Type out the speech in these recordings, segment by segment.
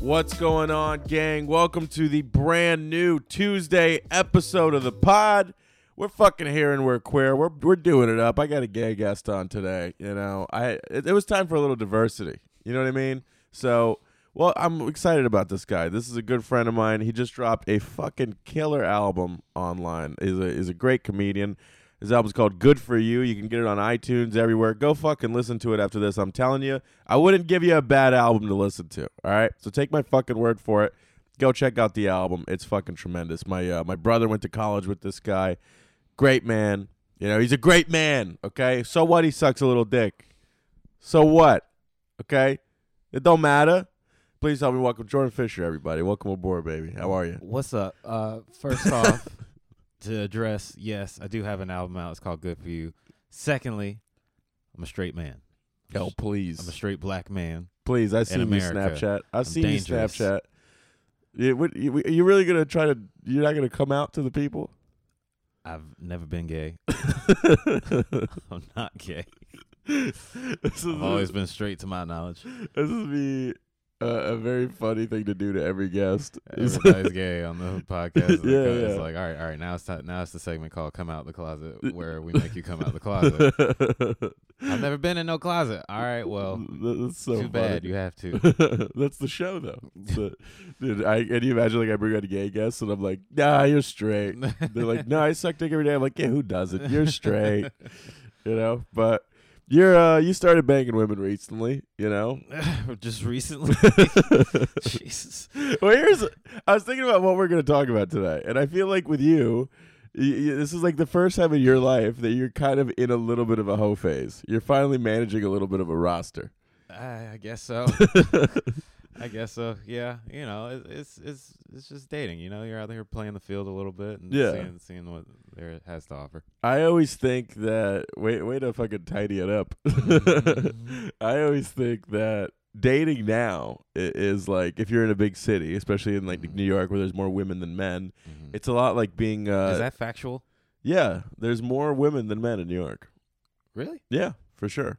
What's going on, gang? Welcome to the brand new Tuesday episode of the pod. We're fucking here and we're queer. We're we're doing it up. I got a gay guest on today. You know, I it, it was time for a little diversity. You know what I mean? So, well, I'm excited about this guy. This is a good friend of mine. He just dropped a fucking killer album online. He's a is a great comedian. His album's called Good For You. You can get it on iTunes everywhere. Go fucking listen to it after this. I'm telling you, I wouldn't give you a bad album to listen to. All right? So take my fucking word for it. Go check out the album. It's fucking tremendous. My uh, my brother went to college with this guy. Great man. You know, he's a great man, okay? So what he sucks a little dick. So what? Okay? It don't matter. Please help me welcome Jordan Fisher, everybody. Welcome aboard, baby. How are you? What's up? Uh, first off, to address, yes, I do have an album out. It's called Good for You. Secondly, I'm a straight man. I'm a Oh, s- please. I'm a straight black man. Please, I see you America. Snapchat. I see you dangerous. Snapchat. Yeah, what, you, are you really gonna try to? You're not gonna come out to the people? I've never been gay. I'm not gay. This is I've always been straight to my knowledge. this is me uh, a very funny thing to do to every guest. Is- Everybody's gay on the podcast. It's like, Yeah, uh, It's yeah. like, all right, all right. Now it's time, now it's the segment called "Come Out the Closet," where we make you come out the closet. I've never been in no closet. All right, well, That- that's so too funny. bad. You have to. that's the show though. So, dude, I, and you imagine like I bring on gay guests and I'm like, nah, you're straight. They're like, no, I suck dick every day. I'm like, yeah, who doesn't? You're straight. you know, but you're uh, you started banging women recently. You know, Just recently. Jesus. well, here's I was thinking about what we're gonna talk about today, and I feel like with you. y y this is like the first time in your life that you're kind of in a little bit of a hoe phase. You're finally managing a little bit of a roster. I, I guess so. I guess so. Yeah, you know, it, it's it's it's just dating. You know, you're out there playing the field a little bit and Yeah. seeing seeing what there has to offer. I always think that wait way to fucking tidy it up. I always think that dating now i- is like if you're in a big city, especially in like Mhm. New York where there's more women than men, Mhm. it's a lot like being uh Is that factual? yeah, there's more women than men in New York. Really? Yeah, for sure.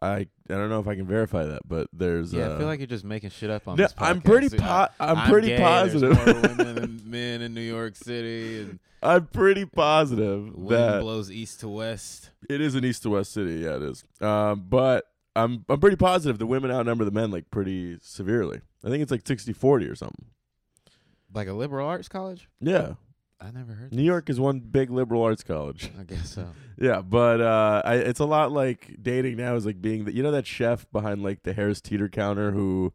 I I don't know if I can verify that, but there's Yeah, uh, I feel like you're just making shit up on No, this podcast. I'm pretty See, I- po- I'm pretty gay, positive. There's more women than men in New York City, and I'm pretty positive wind that blows east to west. It is an east to west city. Yeah, it is. Um, but I'm I'm pretty positive the women outnumber the men like pretty severely. I think it's like 60-40 or something. Like a liberal arts college? Yeah, I never heard. New this. York is one big liberal arts college. I guess so. Yeah, but uh, I, it's a lot like dating now is like being the, you know that chef behind like the Harris Teeter counter who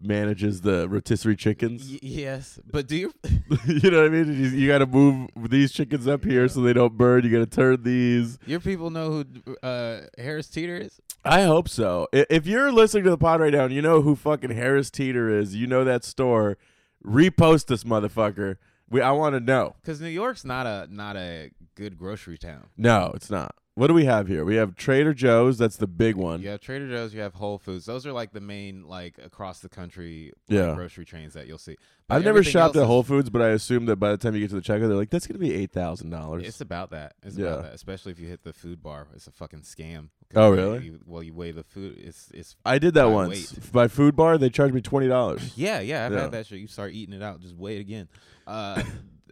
manages the rotisserie chickens. Y- yes, but do you? you know what I mean? You, you got to move these chickens up here so they don't burn. You got to turn these. Your people know who uh, Harris Teeter is? I hope so. I- If you're listening to the pod right now and you know who fucking Harris Teeter is, you know that store, repost this motherfucker. We I want to know. Because New York's not a not a good grocery town. No, it's not. What do we have here? We have Trader Joe's, that's the big one. You have Trader Joe's, you have Whole Foods. Those are like the main like across the country like, Yeah. grocery chains that you'll see. But I've never everything shopped else at is- Whole Foods, but I assume that by the time you get to the checkout, they're like, that's going to be It's $8,000. about that. It's Yeah. about that. Especially if you hit the food bar, it's a fucking scam. 'Cause Oh, you- really? you- well, you weigh the food. It's it's. I did that I once. By food bar, they charged me $20. Yeah, yeah. I've Yeah. had that shit. You start eating it out, just weigh it again. Uh,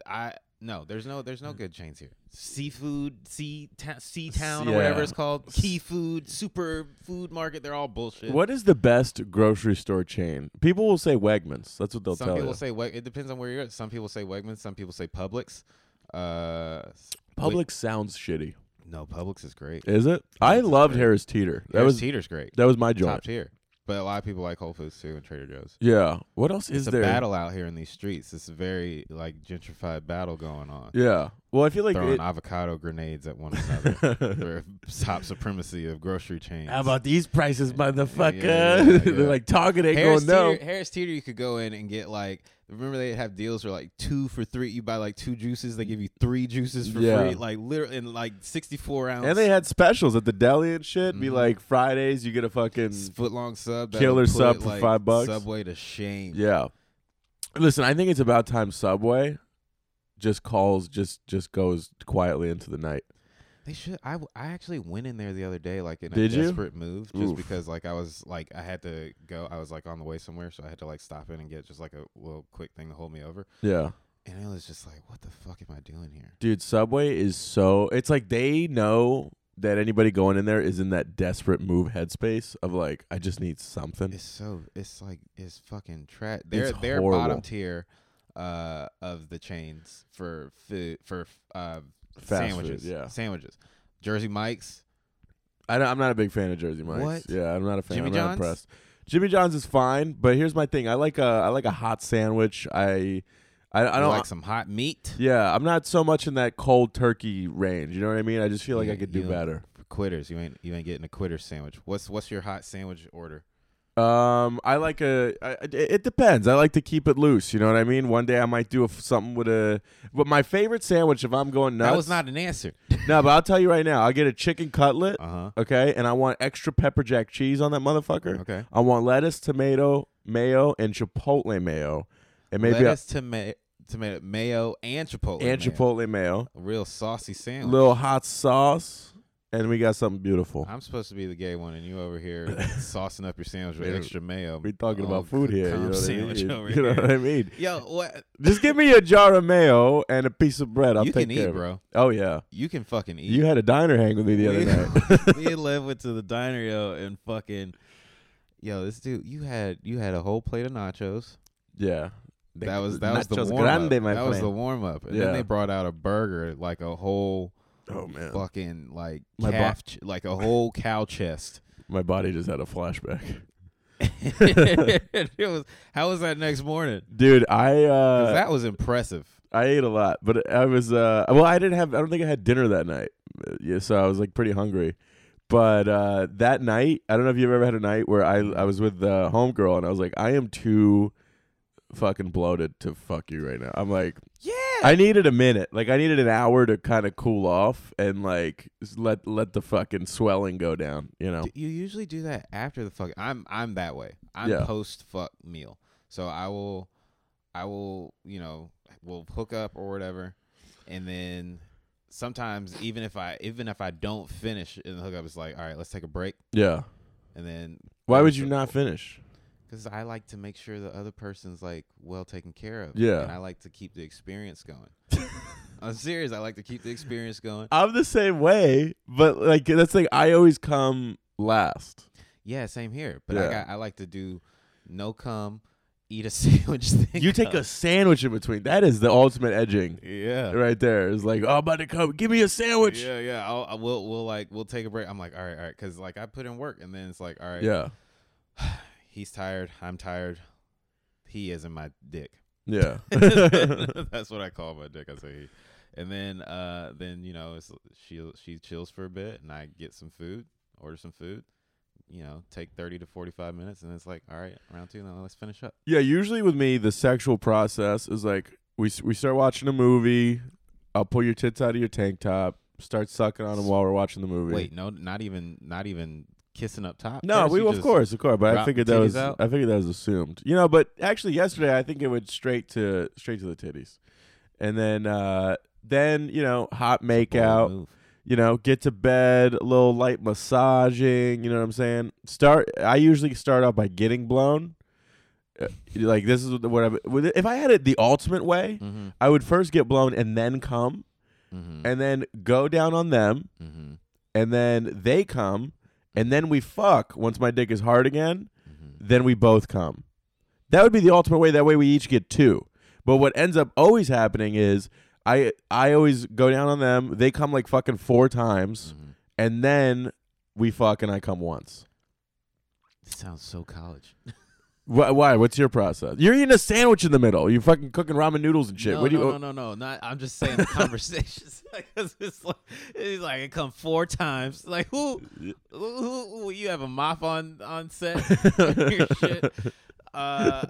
I no, there's no there's Mm. no good chains here. Seafood, sea ta- sea town or whatever Yeah. it's called, key food, super food market. They're all bullshit. What is the best grocery store chain? People will say Wegmans. That's what they'll some tell people you. say Weg- it depends on where you're at. Some people say Wegmans. Some people say Publix. Uh, s- Publix sounds shitty. no, Publix is great. Is it? I Publix is loved great. Harris Teeter. That Harris was Teeter's great. that was my joint. Top tier. But a lot of people like Whole Foods too and Trader Joe's. Yeah. What else is it's there? a battle out here in these streets. It's a very like gentrified battle going on. Yeah. Well, I feel like Throwing it, avocado grenades at one another for top supremacy of grocery chains. these prices, motherfucker? Yeah, yeah, yeah. They're like Target ain't Harris going no. Teeter, Harris Teeter, you could go in and get like. Remember they have deals for like two for three. You buy like two juices, they give you three juices for Yeah. free. Like literally, in like sixty-four ounce. And they had specials at the deli and shit. Be Mhm. like Fridays, you get a fucking foot long sub. that'll Killer put, sub for like, five bucks. Subway to shame. yeah. Listen, I think it's about time Subway just calls, just just goes quietly into the night. They should. I, w- I actually went in there the other day, like in a Did you? desperate move, just Oof. because like I was like I had to go. I was like on the way somewhere, so I had to like stop in and get just like a little quick thing to hold me over. Yeah. And it was just like, what the fuck am I doing here? Dude, Subway is so it's like they know that anybody going in there is in that desperate move headspace of like, I just need something. It's so it's like it's fucking trash. They're It's they're horrible. bottom tier uh of the chains for food for uh Fast food, sandwiches. yeah. Sandwiches. Jersey Mike's. I don't, I'm not a big fan of Jersey Mike's. What? Yeah, I'm not a fan. Jimmy I'm not John's? impressed. Jimmy John's is fine, but here's my thing. I like a I like a hot sandwich. I I, I I don't like some hot meat. Yeah, I'm not so much in that cold turkey range. You know what I mean? I just feel like Yeah, I could do you- better. Quitters. You ain't you ain't getting a quitter sandwich. What's what's your hot sandwich order? Um, I like a. I, it- it depends. I like to keep it loose. You know what I mean? One day I might do a, something with a. But my favorite sandwich, if I'm going nuts, That was not an answer. No, but I'll tell you right now. I'll get a chicken cutlet. Uh Okay, and I want extra pepper jack cheese on that huh. motherfucker. Okay. I want lettuce, tomato, mayo, and chipotle mayo, and maybe a, lettuce, tomato, tomato, mayo, and and chipotle. mayo. chipotle mayo, A real saucy a sandwich. little hot sauce, and we got something beautiful. I'm supposed to be the gay one, and you over here saucing up your sandwich with Dude, extra mayo. We're talking Oh, about food c- here. You calm know, what I, sandwich mean? over You know here. what I mean? Yo, what? Just give me a jar of mayo and a piece of bread. I'll you take can care eat, of it. bro. Oh yeah, You can fucking eat. you had a diner hang with me the other We- night. me and Lev went to the diner, yo, and fucking, yo, this dude, you had you had a whole plate of nachos. Yeah, That was that was the Nachos warm up. grande, That my was the friend. warm up, and Yeah. then they brought out a burger, like a whole oh man, fucking like My bo- calf, ch- like a whole cow chest. my body just had a flashback, it was how was that next morning? dude. I 'Cause uh, that was impressive. I ate a lot, but I was uh, well, I didn't have. I don't think I had dinner that night. Uh, Yeah, so I was like pretty hungry. But uh, that night, I don't know if you've ever had a night where I I was with the homegirl and I was like, I am too fucking bloated to fuck you right now. I'm like, Yeah. I needed a minute. Like I needed an hour to kind of cool off and like s- let let the fucking swelling go down. You know. D- You usually do that after the fuck. I'm I'm that way. I'm Yeah. post fuck meal. So I will, I will, you know, will hook up or whatever, and then sometimes even if I even if I don't finish in the hookup, it's like all right, let's take a break, Yeah. and then Why would you not finish? Because I like to make sure the other person's like well taken care of. Yeah. and I like to keep the experience going. I'm serious. I like to keep the experience going. I'm the same way, but like that's like I always come last. Yeah, same here. But Yeah. I got, I like to do no cum, eat a sandwich. Thing You take a sandwich in between. That is the ultimate edging yeah. right there. It's like, oh, I'm about to come. Give me a sandwich. Yeah, yeah. I'll, I will, we'll like, we'll take a break. I'm like, all right, all right, because like I put in work, and then it's like, all right, Yeah. He's tired. I'm tired. He is in my dick. Yeah. That's what I call my dick. I say he. And then, uh, then you know, it's, she she chills for a bit, and I get some food, order some food. You know, take thirty to forty five minutes, and it's like, all right, round two. Now let's finish up. yeah. Usually with me, the sexual process is like we s- we start watching a movie. I'll pull your tits out of your tank top. Start sucking on them while we're watching the movie. Wait, no, not even, not even kissing up top. No, first? we You of just- course, of course. But I drop figured the that titties was out? I figured that was assumed. You know, but actually yesterday I think it went straight to straight to the titties. And then uh then, you know, hot Bold makeout, move. you know, get to bed, a little light massaging, you know what I'm saying? Start I usually start out by getting blown. Uh, Like this is what I would- if I had it the ultimate way, Mhm, I would first get blown and then come mhm, and then go down on them mhm, and then they come and then we fuck once my dick is hard again mhm. then we both come. That would be the ultimate way. That way we each get two. But what ends up always happening is I I always go down on them. They come like fucking four times, Mhm. and then we fuck and I come once. This sounds so college. Why? why? What's your process? You're eating a sandwich in the middle. You fucking cooking ramen noodles and shit. No, what do no, you? no, no, no, Not. I'm just saying the conversations because it's like it's like it come four times. Like who, who, who, who- you have a mop on on set. Your shit. Uh,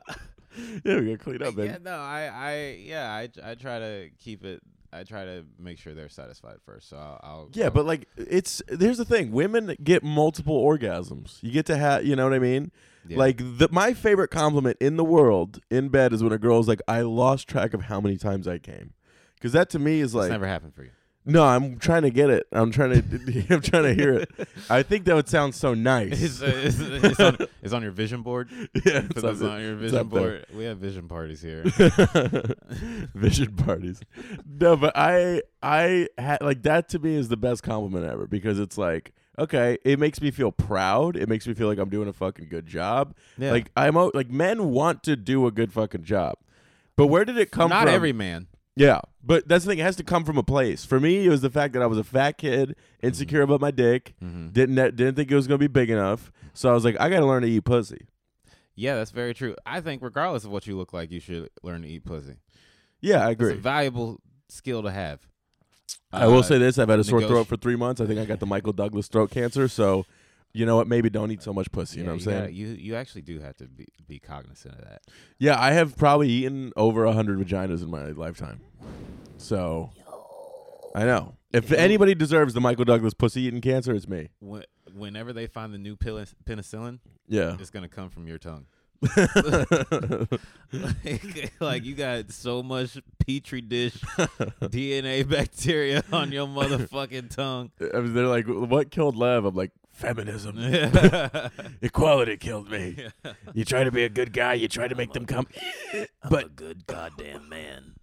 Yeah, we gotta clean up, baby. yeah, no, I, I, yeah, I, I try to keep it. I try to make sure they're satisfied first. So I'll. I'll Yeah, but like it's here's the thing: women get multiple orgasms. You get to have, you know what I mean? Yeah. Like the, my favorite compliment in the world in bed is when a girl's like, "I lost track of how many times I came," because that to me is it's like, never happened for you. No, I'm trying to get it. I'm trying to. I'm trying to hear it. I think that would sound so nice. It's, it's, it's, on, it's on your vision board. yeah, Put it's this up on your it's vision up there. board. We have vision parties here. there. Vision parties. No, but I, I had like that to me is the best compliment ever because it's like, okay, it makes me feel proud. It makes me feel like I'm doing a fucking good job. Yeah. Like I'm o- like men want to do a good fucking job, but where did it come Not from? every man. Yeah, but that's the thing. It has to come from a place. For me, it was the fact that I was a fat kid, insecure about my dick, Mhm. didn't didn't think it was gonna be big enough. So I was like, I gotta learn to eat pussy. Yeah, that's very true. I think regardless of what you look like, you should learn to eat pussy. Yeah, I It's a agree. valuable skill to have. I will Uh, say this: I've had a sore negoti- throat for three months. I think I got the Michael Douglas throat cancer. So, you know what? Maybe don't eat so much pussy. yeah, you know what I'm gotta- saying? you you actually do have to be, be cognizant of that. yeah, I have probably eaten over a hundred vaginas in my lifetime. So, I know. If anybody deserves the Michael Douglas pussy eating cancer, it's me. When, whenever they find the new pill- penicillin, Yeah. it's gonna come from your tongue. like, like you got so much petri dish DNA bacteria on your motherfucking tongue. I mean, they're like, "What killed Lev?" I'm like, "Feminism, equality killed me." You try to be a good guy, you try to make them come, a but good goddamn man,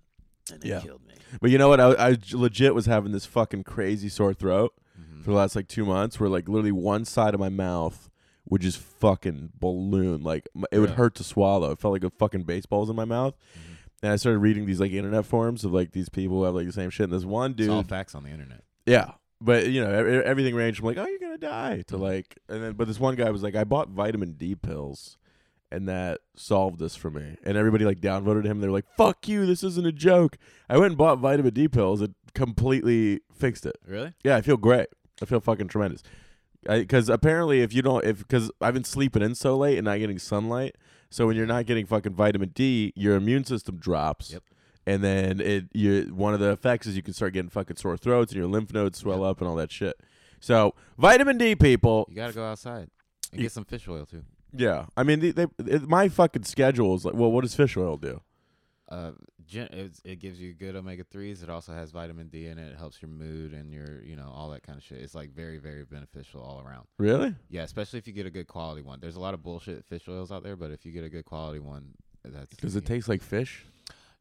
and it Yeah. killed me. but you know what? I, I legit was having this fucking crazy sore throat Mm-hmm. for the last like two months, where like literally one side of my mouth would just fucking balloon, like m- it would Yeah. Mm-hmm. hurt to swallow. It felt like a fucking baseball's in my mouth. And I started reading these like internet forums of like these people who have like the same shit. And this one It's all dude, facts on the internet. Yeah, but you know e- everything ranged from like, oh, you're gonna die to like, and then but this one guy was like, I bought vitamin D pills, and that solved this for me. And everybody like downvoted him. They were like, fuck you, this isn't a joke. I went and bought vitamin D pills. It completely fixed it. Really? Yeah, I feel great. I feel fucking tremendous. Because apparently, if you don't, if because I've been sleeping in so late and not getting sunlight, so when you're not getting fucking vitamin D, your immune system drops. Yep. And then it, you one of the effects is you can start getting fucking sore throats and your lymph nodes swell up and all that shit. So vitamin D, people. You gotta go outside and You- get some fish oil too. Yeah, I mean, they, they, it, my fucking schedule is like, well, what does fish oil do? Uh, gen- it's, it gives you good omega threes. It also has vitamin D in it. It helps your mood and your you know all that kind of shit. It's like very very beneficial all around. Really? Yeah, especially if you get a good quality one. There's a lot of bullshit fish oils out there, but if you get a good quality one, that's Does it yeah. taste like fish?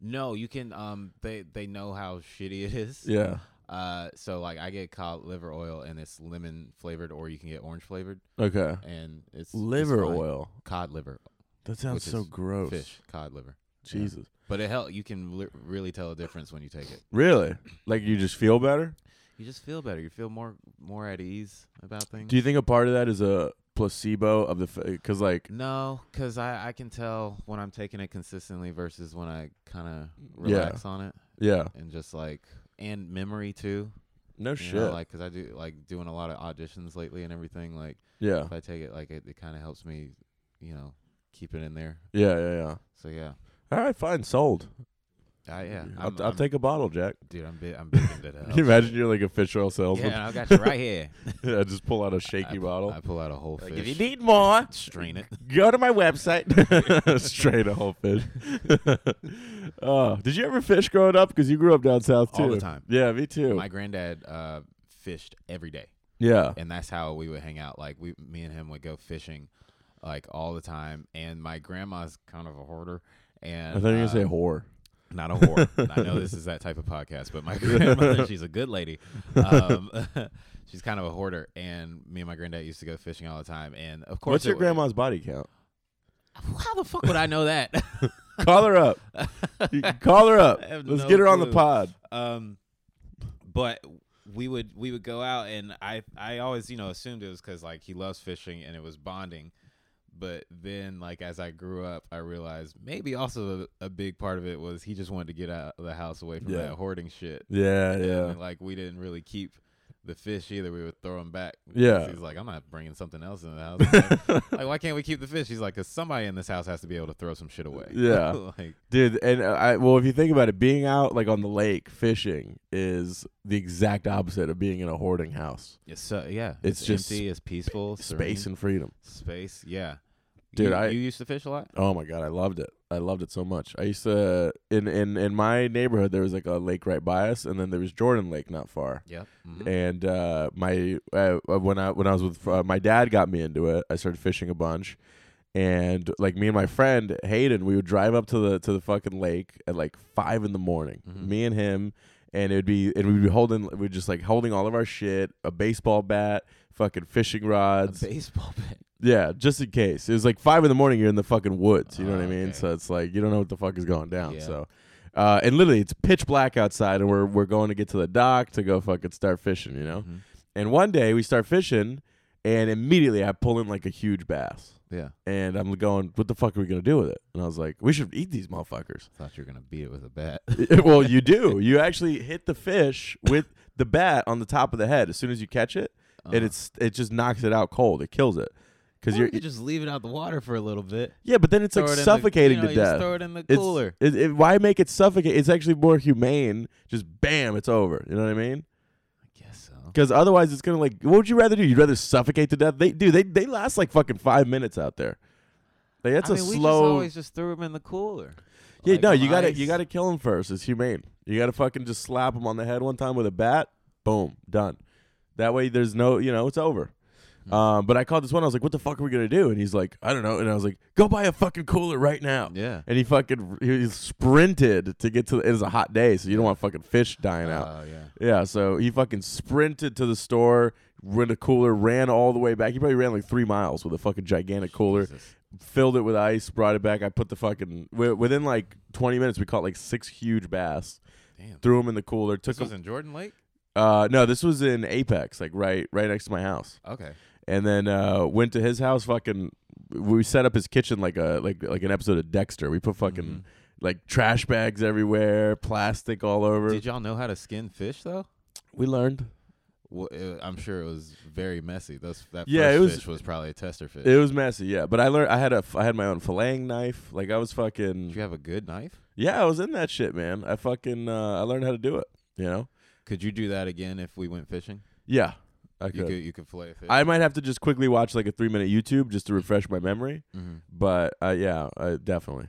No, you can. Um, they they know how shitty it is. Yeah. Uh, so like I get cod liver oil and it's lemon flavored, or you can get orange flavored, Okay. and it's it's Liver fine. oil. cod liver, That sounds Which so is gross. fish, cod liver. Jesus. But it help. You can li- really tell a difference when you take it. Really? Like you just feel better? You just feel better. You feel more more at ease about things. Do you think a part of that is a placebo of the because like no, because I I can tell when I'm taking it consistently versus when I kind of Yeah. relax on it yeah and just like and memory too. no you shit know, like because I do like doing a lot of auditions lately and everything. Like yeah if I take it, like it, it kind of helps me, you know, keep it in there. yeah yeah yeah So yeah, all right fine sold I, yeah. I'll, I'm, I'll I'm- take a bottle Jack dude. I'm big. I'm big into that. can you imagine you're like a fish oil Yeah, salesman and I got you right here. I just pull out a shaky I, bottle I pull out a whole Like, fish. need more strain it. go to my website straight a whole fish oh did you ever fish growing up because you grew up down south too All the time. yeah me too My granddad uh, fished every day, yeah and that's how we would hang out. Like we, me and him would go fishing, like all the time. And my grandma's kind of a hoarder. I And thought you were gonna uh, say whore not a whore. I know this is that type of podcast, but my grandmother, she's a good lady. Um, she's kind of a hoarder, and me and my granddad used to go fishing all the time. And of course, what's your it- grandma's body count How the fuck would I know that? call her up You- call her up I have let's no get her on the clue. pod um, but we would we would go out, and I I always you know assumed it was because like he loves fishing and it was bonding. But then, like as I grew up, I realized maybe also a, a big part of it was he just wanted to get out of the house away from Yeah. that hoarding shit. Yeah, And, yeah. like we didn't really keep the fish either. We would throw them back. Yeah. He's like, I'm not bringing something else in the house. like, why can't we keep the fish? He's like, because somebody in this house has to be able to throw some shit away. Yeah. like, Dude, and uh, I well, if you think about it, being out like on the lake fishing is the exact opposite of being in a hoarding house. it's so yeah. It's just empty. It's peaceful. Space serene. and freedom. space. Yeah. Dude, you, I- you used to fish a lot. Oh my god, I loved it. I loved it so much. I used to in in in my neighborhood there was like a lake right by us, and then there was Jordan Lake not far. Yep. Mm-hmm. And uh, my uh, when I when I was with uh, my dad got me into it. I started fishing a bunch, and like me and my friend Hayden, we would drive up to the to the fucking lake at like five in the morning. Mhm. Me and him, and it'd be and we'd be holding we'd just like holding all of our shit, a baseball bat, fucking fishing A rods, baseball bat. yeah, just in case. It was like five in the morning. You're in the fucking woods. You know what I Oh, mean? okay. So it's like you don't know what the fuck is going down. Yeah. So, uh, and literally, it's pitch black outside, and we're we're going to get to the dock to go fucking start fishing. You know. Mhm. And one day we start fishing, and immediately I pull in like a huge bass, Yeah. and I'm going, "What the fuck are we gonna do with it?" And I was like, "We should eat these motherfuckers." Thought you were gonna beat it with a bat. well, you do. You actually hit the fish with the bat on the top of the head as soon as you catch it, Uh, and it's it just knocks it out cold. It kills it. Because or you're you could just leave it out the water for a little bit. Yeah, but then it's Throw like it in the- you suffocating know, to you just death. Throw it in the It's- cooler. It, it, why make it suffocate? It's actually more humane. Just bam, it's over. You know what I mean? I guess so. Because otherwise, it's gonna like. What would you rather do? You'd rather suffocate to death? They do. They they last like fucking five minutes out there. Like that's I a mean, We just slow. always just threw them in the cooler. yeah, Like no, on you gotta ice. you gotta kill them first. It's humane. You gotta fucking just slap them on the head one time with a bat. Boom, done. That way, there's no, you know, it's over. Hmm. Um, but I called this one. I was like, "What the fuck are we gonna do?" And he's like, "I don't know." And I was like, "Go buy a fucking cooler right now." Yeah. and he fucking he sprinted to get to. It was a hot day, so you don't want fucking fish dying out. Oh yeah. Yeah, so he fucking sprinted to the store, rent a cooler, ran all the way back. He probably ran like three miles with a fucking gigantic cooler, Jesus. filled it with ice, brought it back. I put the fucking wi- within like twenty minutes, we caught like six huge bass, Damn. threw them in the cooler, took This was them. in Jordan Lake. Uh, no, this was in Apex, like right right next to my house Okay. and then uh, went to his house. Fucking, we set up his kitchen like a like like an episode of Dexter. We put fucking Mhm. like trash bags everywhere, plastic all over. Did y'all know how to skin fish though? we learned Well, it, I'm sure it was very messy. Those that Yeah, first it was- fish was probably a tester fish. it was messy, yeah. But I learned I had a I had my own filleting knife. Like I was Did fucking you have a good knife? yeah, I was in that shit, man. I fucking uh, I learned how to do it. You know, Could you do that again if we went fishing? yeah. I You could. could you could fillet a fish. I might have to just quickly watch like a three minute YouTube just to refresh my memory. Mhm. But uh, yeah, uh, definitely.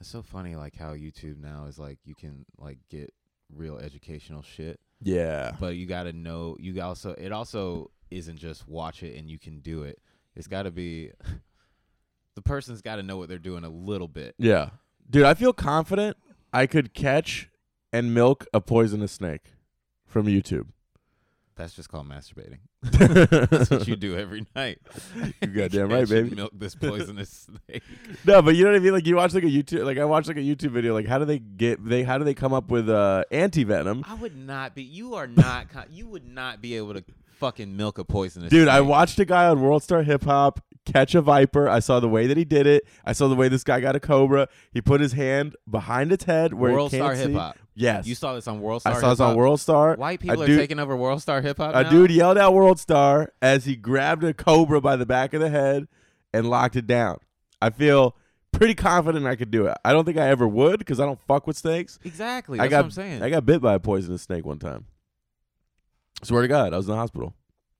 It's so funny like how YouTube now is like you can like get real educational shit, Yeah. but you got to know you also it also isn't just watch it and you can do it. It's got to be the person's got to know what they're doing a little bit. Yeah. Dude, I feel confident I could catch and milk a poisonous snake from YouTube. That's just called masturbating. That's That's what you do every night. You goddamn right, Catch and baby. Milk this poisonous snake. No, but you know what I mean? Like you watch like a YouTube like I watched like a YouTube video, like how do they get they how do they come up with uh anti venom? I would not be. You are not. Con- you would not be able to fucking milk a poisonous. Dude, I snake. watched a guy on World Star Hip Hop catch a viper. I saw the way that he did it. I saw the way this guy got a cobra. He put his hand behind its head where World it Star can't Hip see. Hop. Yes, You saw this on World Star. I saw this on Hip-Hop? World Star. White people are dude- taking over World Star Hip Hop. A now? dude yelled out World Star as he grabbed a cobra by the back of the head and locked it down. I feel pretty confident I could do it. I don't think I ever would because I don't fuck with snakes. Exactly. I That's got what I'm saying. I got bit by a poisonous snake one time. Swear to God, I was in the hospital.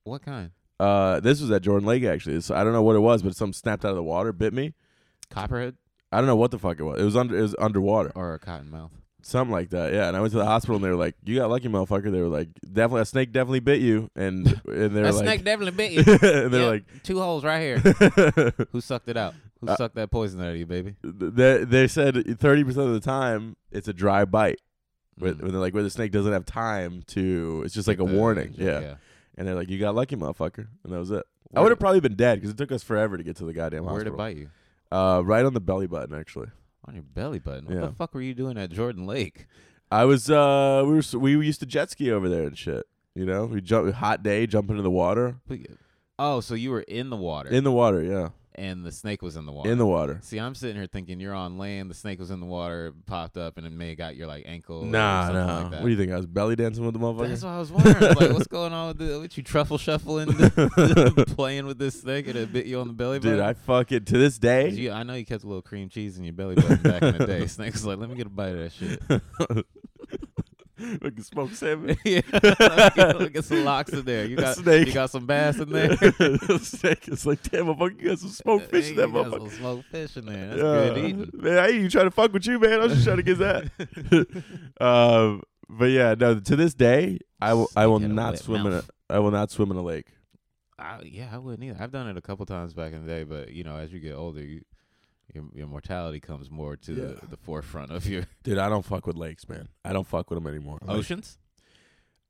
what kind? Uh, this was at Jordan Lake actually. This, I don't know what it was, but something snapped out of the water, bit me. Copperhead I don't know what the fuck it was. It was under it was underwater. or a cottonmouth? Something like that, yeah. And I went to the hospital, and they were like, "You got lucky, motherfucker." They were like, "Definitely, a snake definitely bit you." And and they were That like, snake definitely bit you. and they're Yeah. like, Two holes right here. Who sucked it out? Who Uh, sucked that poison out of you, baby? they, they said thirty percent of the time it's a dry bite. Where, Mm. where they're like, where the snake doesn't have time to, it's just like a Get the- warning, yeah. Uh, yeah. And they're like, "You got lucky, motherfucker," and that was it. I Where would have did- probably been dead because it took us forever to get to the goddamn Where did hospital. it bite you? Uh, right on the belly button, actually. On your belly button. What Yeah. the fuck were you doing at Jordan Lake? I was, uh, we were, s- we used to jet ski over there and shit. You know, we jump, hot day, jump into the water, Oh, so you were in the water, in the water, yeah, and the snake was in the water. in the water. See, I'm sitting here thinking you're on land. The snake was in the water, popped up, and it may have got your like ankle. or Nah, something nah. Like that. what do you think? I was belly dancing with the motherfucker. That's what I was wondering. I was like, what's going on with the, what you truffle shuffling, playing with this snake, and it bit you on the belly button? Dude, I fuck it to this day. 'Cause you- I know you kept a little cream cheese in your belly button back in the day. Snake was like, let me get a bite of that shit. Like a smoked salmon. yeah, get, get some locks in there. You A got snake. you got some bass in there. Steak. It's like, damn, motherfucker, you got some smoked fish in You that got motherfucker. some smoked fish in there. That's good Yeah. eating. Man, I ain't even trying to fuck with you, man. I was just trying to get that. um, but yeah, no. To this day, I will. I will Snake had a not wet swim mouth. in a. I will not swim in a lake. I, yeah, I wouldn't either. I've done it a couple times back in the day, but you know, as you get older, you, your your mortality comes more to Yeah. the, the forefront of your Dude, I don't fuck with lakes, man. I don't fuck with them anymore. Like, oceans.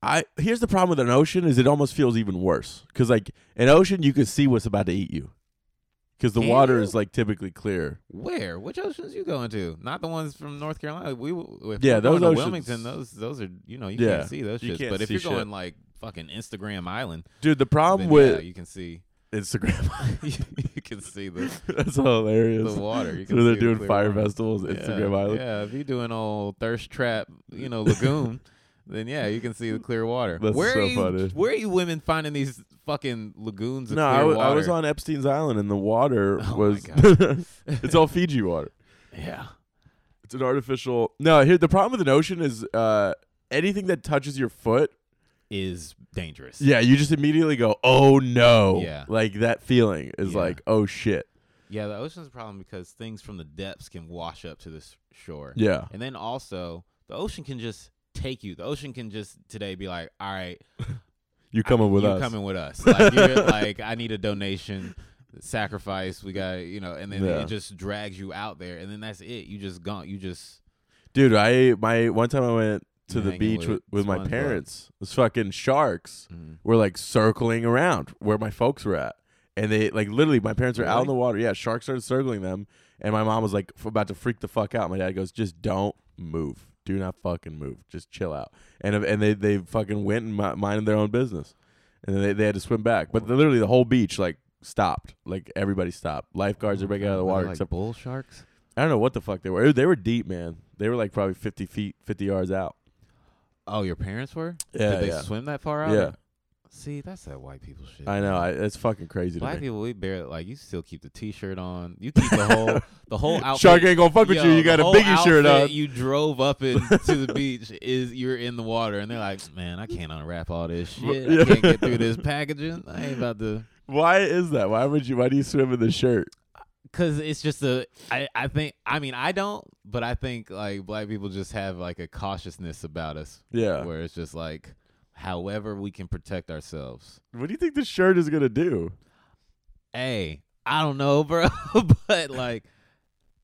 I here's the problem with an ocean is it almost feels even worse because like an ocean you can see what's about to eat you because the Can water you? is like typically clear. Where? Which oceans you going to? Not the ones from North Carolina. We w- if Yeah, you're those going to oceans- Wilmington. Those those are you know you Yeah, can't see those you shits. can't But if see you're shit. going like fucking Instagram Island, Dude, the problem then, yeah, with you can see Instagram you can see the that's hilarious. the water. You can so they're see the doing clear fire water. festivals, Instagram yeah, Island. Yeah, if you're doing old thirst trap, you know, lagoon, then yeah, you can see the clear water. That's where so are you, funny. Where are you women finding these fucking lagoons of No, I clear wa- water? I was on Epstein's Island and the water Oh my was God. it's all Fiji water. yeah. It's an artificial. No, here the problem with an ocean is uh anything that touches your foot Is dangerous. Yeah, you just immediately go, "Oh no!" Yeah. like that feeling is Yeah. like, "Oh shit!" Yeah, the ocean's a problem because things from the depths can wash up to the s- shore. Yeah, And then also, the ocean can just take you. The ocean can just today be like, all right, you coming with you us? coming with us. Like, you're like, I need a donation, sacrifice. We got, you know, and then Yeah. it just drags you out there. And then that's it. You just gone. You just, Dude, I my one time I went to You're the hanging beach with with, with my SpongeBob. parents. It was fucking sharks Mm-hmm. were like circling around where my folks were at, and they like literally my parents were out in Really? the water. Yeah, sharks started circling them, and my mom was like f- about to freak the fuck out. My dad goes, "Just don't move." Do not fucking move. Just chill out. And and they, they fucking went and mi- minded their own business. and then they, they had to swim back. But literally the whole beach like stopped. Like everybody stopped. Lifeguards everybody got out of the They're water like except bull sharks. I don't know what the fuck they were. They were deep, man. They were like probably fifty feet, fifty yards out. Oh, your parents were? Yeah, Did they yeah. swim that far out? Yeah. See, that's that white people shit. I know. I, it's fucking crazy Black to me. people, we bear like you still keep the t-shirt on. You keep the whole the whole outfit. Shark ain't gonna fuck with you. Yo, You got the a whole biggie shirt on. outfit You drove up in, to the beach. Is you're in the water, and they're like, "Man, I can't unwrap all this shit. Yeah. I can't get through this packaging. I ain't about to." why is that? Why would you? Why do you swim in the shirt? Cause it's just a, I, I think, I mean, I don't, but I think like black people just have like a cautiousness about us, Yeah. where it's just like, however we can protect ourselves. What do you think the shirt is gonna do? hey, I don't know, bro, but like,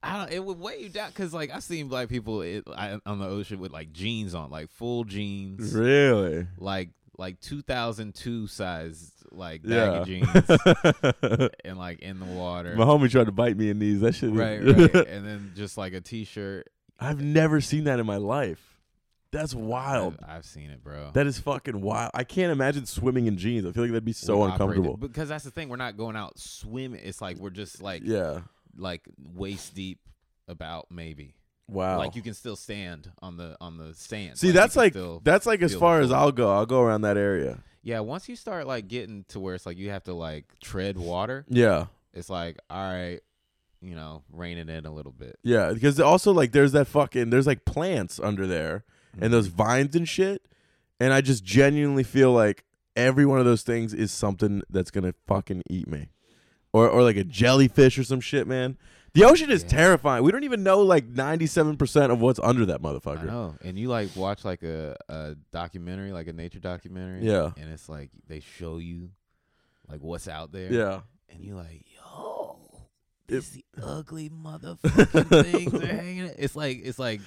I don't. It would weigh you down because like I've seen black people it, I, on the ocean with like jeans on, like full jeans, Really? like like 2002 size like Yeah. baggy jeans, My and like in the water, homie tried to bite me in these. That shit. right, right, and then just like a t-shirt. I've never seen that in my life. That's wild. I've, I've seen it, bro. That is fucking wild. I can't imagine swimming in jeans. I feel like that'd be so We operate it- uncomfortable. because that's the thing. We're not going out swimming. It's like we're just like yeah. like waist deep about maybe. Wow. Like you can still stand on the on the sand. Oh. See, you that's can like still- that's like as feel the far as flow. I'll go. I'll go around that area. yeah. Once you start like getting to where it's like you have to like tread water, Yeah. it's like all right, you know, rein it in a little bit. Yeah, because also like there's that fucking there's like plants under there and Mm-hmm. those vines and shit, and I just genuinely feel like every one of those things is something that's gonna fucking eat me, or or like a jellyfish or some shit, man. The ocean is Yeah. terrifying. We don't even know like ninety seven percent of what's under that I motherfucker. know. And you like watch like a a documentary, like a nature documentary. Yeah. And it's like they show you like what's out there. Yeah, And you're like, yo, It- these ugly motherfucking things are hanging. out." It's like it's like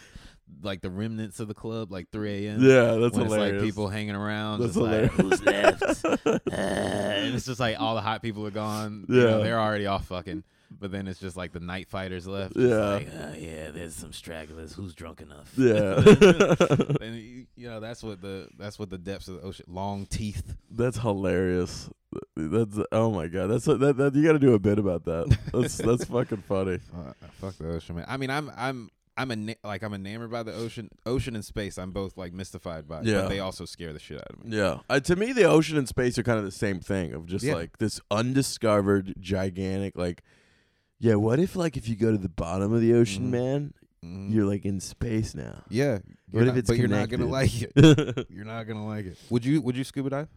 like the remnants of the club, like 3 a.m. yeah, that's when hilarious. it's like people hanging around, That's just like, hilarious. who's left? Uh, and it's just like all the hot people are gone. You Yeah. know, they're already off fucking. But then it's just like the night fighters left. Just Yeah. like, "Uh, yeah, there's some stragglers. Who's drunk enough? yeah, and you- you know that's what the that's what the depths of the ocean. Long teeth. That's hilarious. That's oh my god. That's that, that you got to do a bit about that. That's that's fucking funny. Uh, fuck the ocean, man. I mean, I'm I'm I'm ena- like I'm enamored by the ocean, ocean and space. I'm both like mystified by. Yeah. But they also scare the shit out of me. Yeah. Uh, to me, the ocean and space are kind of the same thing of just Yeah. like this undiscovered, gigantic, like, yeah, what if, like, if you go to the bottom of the ocean, Mhm. man, Mhm. You're like in space now. yeah. What you're if not- it's But you're not gonna like connected? it. You're not gonna like it. Would you? Would you scuba dive?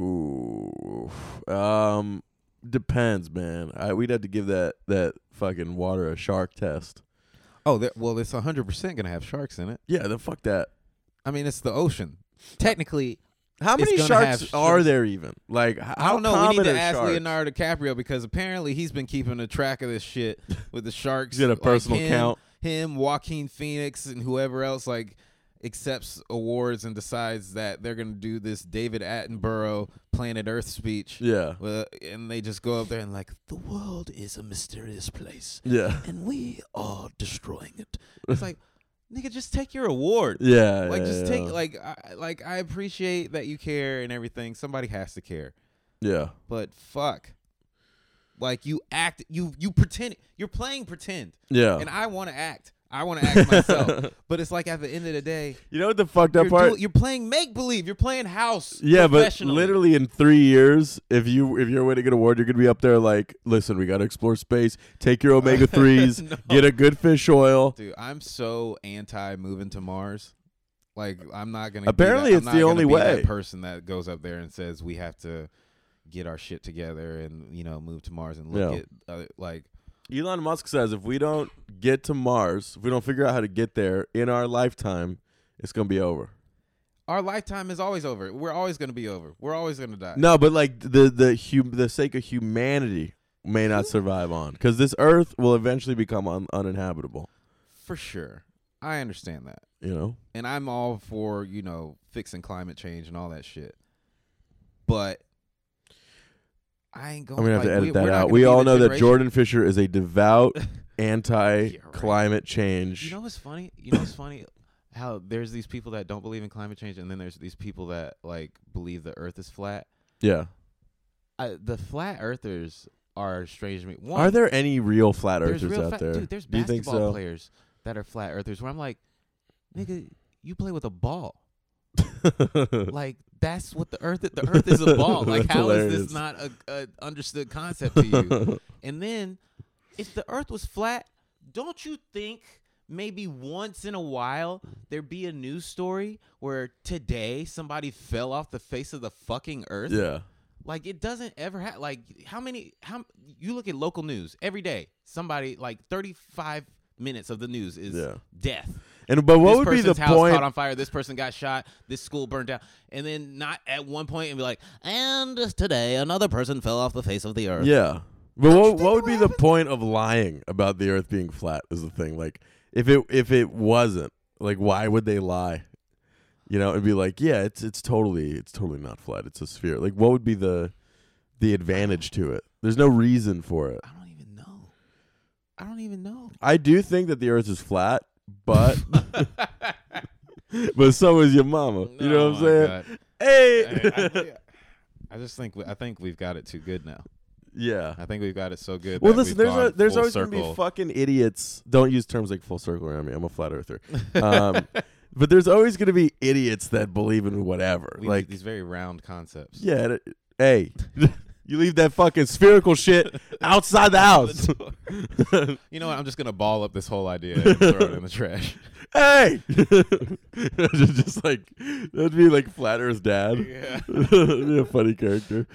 Ooh. Um depends, man. I, we'd have to give that that fucking water a shark test. Oh, there, well, it's 100 percent gonna have sharks in it. Yeah, then fuck that. I mean, it's the ocean. Technically, How It's many gonna sharks have are sharks. there even? Like h- I how don't know. We need common to are ask sharks? Leonardo DiCaprio because apparently he's been keeping a track of this shit with the sharks. He's got a like personal him, count. Him, Joaquin Phoenix, and whoever else like accepts awards and decides that they're gonna do this David Attenborough Planet Earth speech. Yeah. Well, and they just go up there and like the world is a mysterious place, Yeah. and we are destroying it. It's like, nigga, just take your award. Yeah. Like yeah, just yeah. take like I, like I appreciate that you care and everything. Somebody has to care Yeah. but fuck like you act you you pretend you're playing pretend Yeah. and i want to act i want to act myself but it's like at the end of the day you know what the fucked up you're, part? do- you're playing make believe you're playing house Yeah, but professionally. literally in three years, if you if you're winning an award, you're gonna be up there like, listen, we gotta explore space. Take your omega threes, No. get a good fish oil. dude i'm so anti moving to mars like i'm not gonna be Apparently that- I'm it's not the gonna only be that way. person that goes up there and says we have to get our shit together and you know move to mars and look Yeah. at uh, like Elon Musk says if we don't get to Mars, if we don't figure out how to get there in our lifetime, it's gonna be over. our lifetime is always over we're always gonna be over we're always gonna die No, but like the the hum- the sake of humanity may not survive on because this Earth will eventually become un- uninhabitable. for sure i understand that You know? and I'm all for you know fixing climate change and all that shit, but I ain't going. I'm gonna have Oh, like, to edit we, we're that not out. gonna We be all the know that generation- Jordan Fisher is a devout anti Yeah, right. climate change. You know what's funny? You know what's funny? How there's these people that don't believe in climate change, and then there's these people that like believe the Earth is flat. yeah. I, the flat Earthers are strange to me. One, Are there any real flat there's earthers real out flat- there? Dude, there's Do you basketball think so? Hmm. players that are flat Earthers. Where I'm like, nigga, you play with a ball. like that's what the earth the earth is a ball like That's how is hilarious. this not a, a understood concept to you and then if the earth was flat don't you think maybe once in a while there'd be a news story where today somebody fell off the face of the fucking earth yeah. like it doesn't ever happen like how many how you look at local news every day somebody like 35 minutes of the news is Yeah. death And but what this would be the person's house point? caught on fire. This person got shot. This school burned down. And then not at one point and be like, and today another person fell off the face of the earth. Yeah. But what, think what would what be the happened? point of lying about the earth being flat is the thing. Like if it if it wasn't, like why would they lie? You know, it'd be like, yeah, it's it's totally it's totally not flat. It's a sphere. Like what would be the the advantage to it? There's no reason for it. I don't even know. I don't even know. I do think that the earth is flat, but but so is your mama. you know Oh what I'm saying? Hey. I, I just think I think we've got it too good now. yeah. I think we've got it so good. Well, that listen. we've There's gone a, there's full always gonna circle. be fucking idiots. Don't use terms like full circle around me. I'm a flat earther. Um, but there's always gonna be idiots that believe in whatever. We- like, these very round concepts. yeah. It, hey, you leave that fucking spherical shit outside the house. You know what? I'm just gonna ball up this whole idea and throw it in the trash. hey, just, just like that'd be like flat Earth dad. Yeah. That'd be a funny character.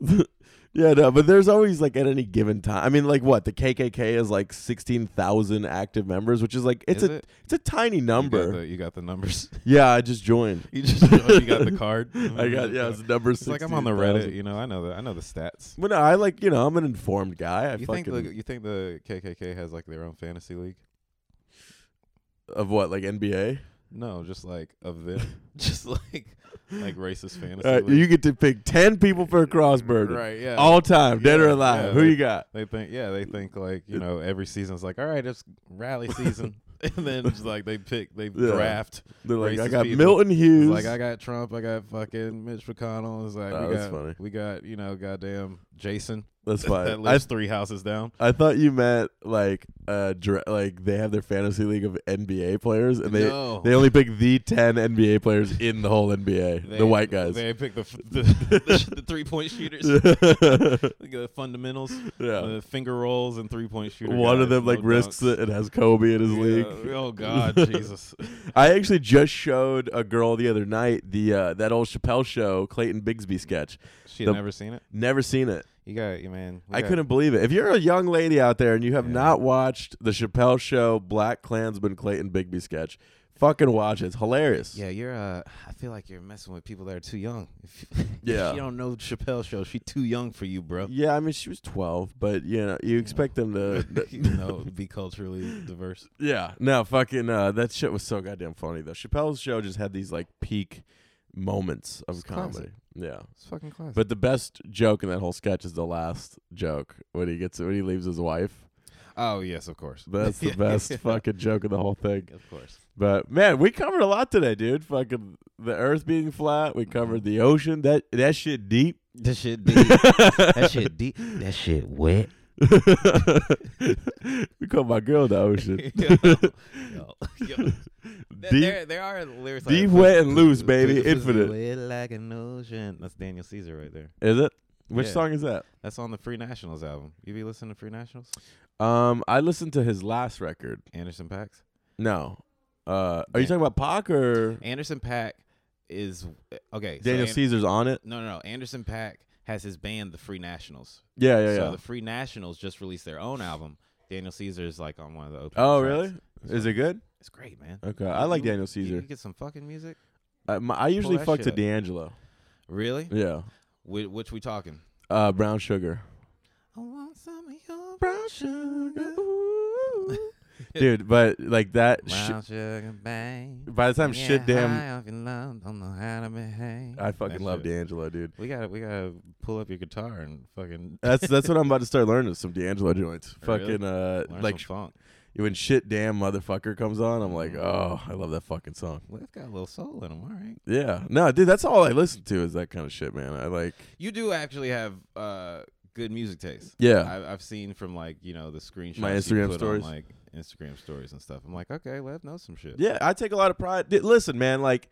yeah, no, but there's always like at any given time. I mean, like what the KKK is like sixteen thousand active members, which is like it's Is a it? it's a tiny You number. got the, you got the numbers. yeah, I just joined. You just you got the card. I got yeah, it's number It's sixteen. like I'm on the Reddit, you know. I know the I know the stats. But no, I like you know I'm an informed guy. I you fucking think the you think the KKK has like their own fantasy league? of what like NBA. No, just like of them, just like like racist fantasy Uh, league. you get to pick ten people for a cross burden. right? Yeah. All time, dead or Yeah, alive. yeah, Who they- you got? they think yeah, they think like you know every season's like all right, it's rally season, and then it's like they pick they Yeah. draft. They're like, I racist got people. Milton It's Hughes. like I got Trump, I got fucking Mitch McConnell. It's like Oh, we that's got funny. we got you know goddamn Jason. That's that fine. I, lives three houses down. I thought you meant like uh dra- like they have their fantasy league of NBA players and they no. they only pick the 10 NBA players in the whole NBA, They- the white guys. They pick the f- the, the, three point shooters. Look at the fundamentals, yeah. the finger rolls, and three point shooters. One of them like risks it and has Kobe in his league. Oh God, Jesus! I actually just showed a girl the other night the uh, that old Chappelle show Clayton Bigsby sketch. She The- had never seen it. Never seen it. You got, you man. we I got- couldn't believe it. If you're a young lady out there and you have Yeah. not watched the Chappelle show Black Klansman Clayton Bigsby sketch, fucking watch it. It's hilarious. Yeah, you're. Uh, I feel like you're messing with people that are too young. If Yeah. she don't know Chappelle show. She too young for you, bro. Yeah, I mean she was 12, but you know, you expect them to you know, be culturally diverse. Yeah. No, fucking uh that shit was so goddamn funny though. Chappelle's show just had these like peak moments of It's comedy. classic. Yeah. It's fucking classic. But the best joke in that whole sketch is the last joke when he gets when he leaves his wife. oh yes, of course. That's the Yeah, best yeah. fucking joke in the whole thing. Of course. But man, we covered a lot today, dude. Fucking the earth being flat, Mm-hmm. we covered the ocean. That that shit deep. That shit deep. that shit deep. That shit wet. we called my girl the ocean. Yo, yo, yo. Th- Deep There, there are lyrics like deep wet and loose, baby. This is Infinite. wet like an ocean. That's Daniel Caesar right there. Is it? Which Yeah. song is that? That's on the Free Nationals album. You be listening to Free Nationals? Um, I listened to his last record. Anderson Pax. No. Uh, are you Dan- talking about Pac or Anderson Pack is okay. Daniel so An- Caesar's on it? No, no, no. Anderson Pack has his band, the Free Nationals. Yeah, yeah, so yeah. the Free Nationals just released their own album. Daniel Caesar is like on one of the opening oh, tracks. really? Is it good? It's great, man. Okay, I like Daniel You, Caesar. you get some fucking music. I, my, I usually that fuck to shit up. D'Angelo. Really? Yeah. Whi which we talking? Uh, brown sugar. I want some of your Brown sugar. Ooh. Dude, but like that. Sh- brown sugar, bang. by the time shit damn, high off your love, don't know how to behave. I fucking That love shit. D'Angelo, dude. We gotta, we gotta pull up your guitar and fucking That's that's what I'm about to start learning is some D'Angelo joints. Really? Fucking uh, learn like some funk. when shit damn motherfucker comes on, I'm like, Mhm. oh, I love that fucking song. Well, it's got a little soul in them. All right. Yeah, no, dude, that's all I listen to is that kind of shit, man. I like, You do actually have uh, good music taste. yeah, I, I've seen from like you know the screenshots, My you Instagram put on, stories. like Instagram stories and stuff. I'm like, okay, Lev knows some shit. yeah. I take a lot of pride. Dude, listen, man, like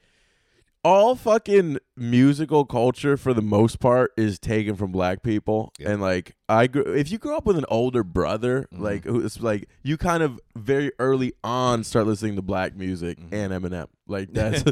all fucking musical culture for the most part is taken from black people, Yeah. and like I, grew, if you grow up with an older brother, Mhm. like who's like you, kind of very early on start listening to black music Mhm. and Eminem, like that's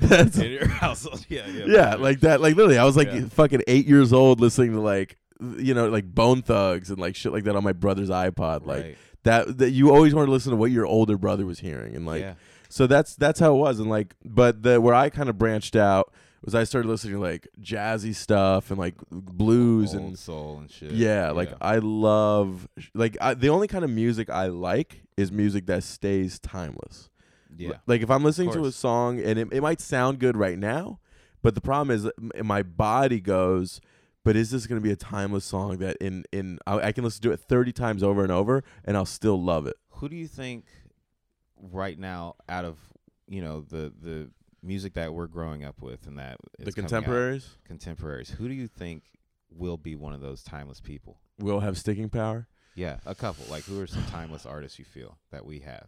that's in your household. Yeah, yeah, yeah, like that. Like literally, I was like Yeah. fucking eight years old listening to like you know like Bone Thugs and like shit like that on my brother's iPod. Like Right. that that you always want to listen to what your older brother was hearing and like yeah. so that's that's how it was and like but the where I kind of branched out was I started listening to like jazzy stuff and like blues old and soul and shit. yeah, like I love like I, the only kind of music I like is music that stays timeless. yeah. L- Like if I'm listening to a course. song and it, it might sound good right now, but the problem is m- my body goes, but is this going to be a timeless song that in in I, I can listen to it 30 times over and over and I'll still love it. Who do you think right now, out of you know the the music that we're growing up with and that is the coming out, contemporaries contemporaries, who do you think will be one of those timeless people? will have sticking power. Yeah, a couple. Like, who are some timeless artists you feel that we have?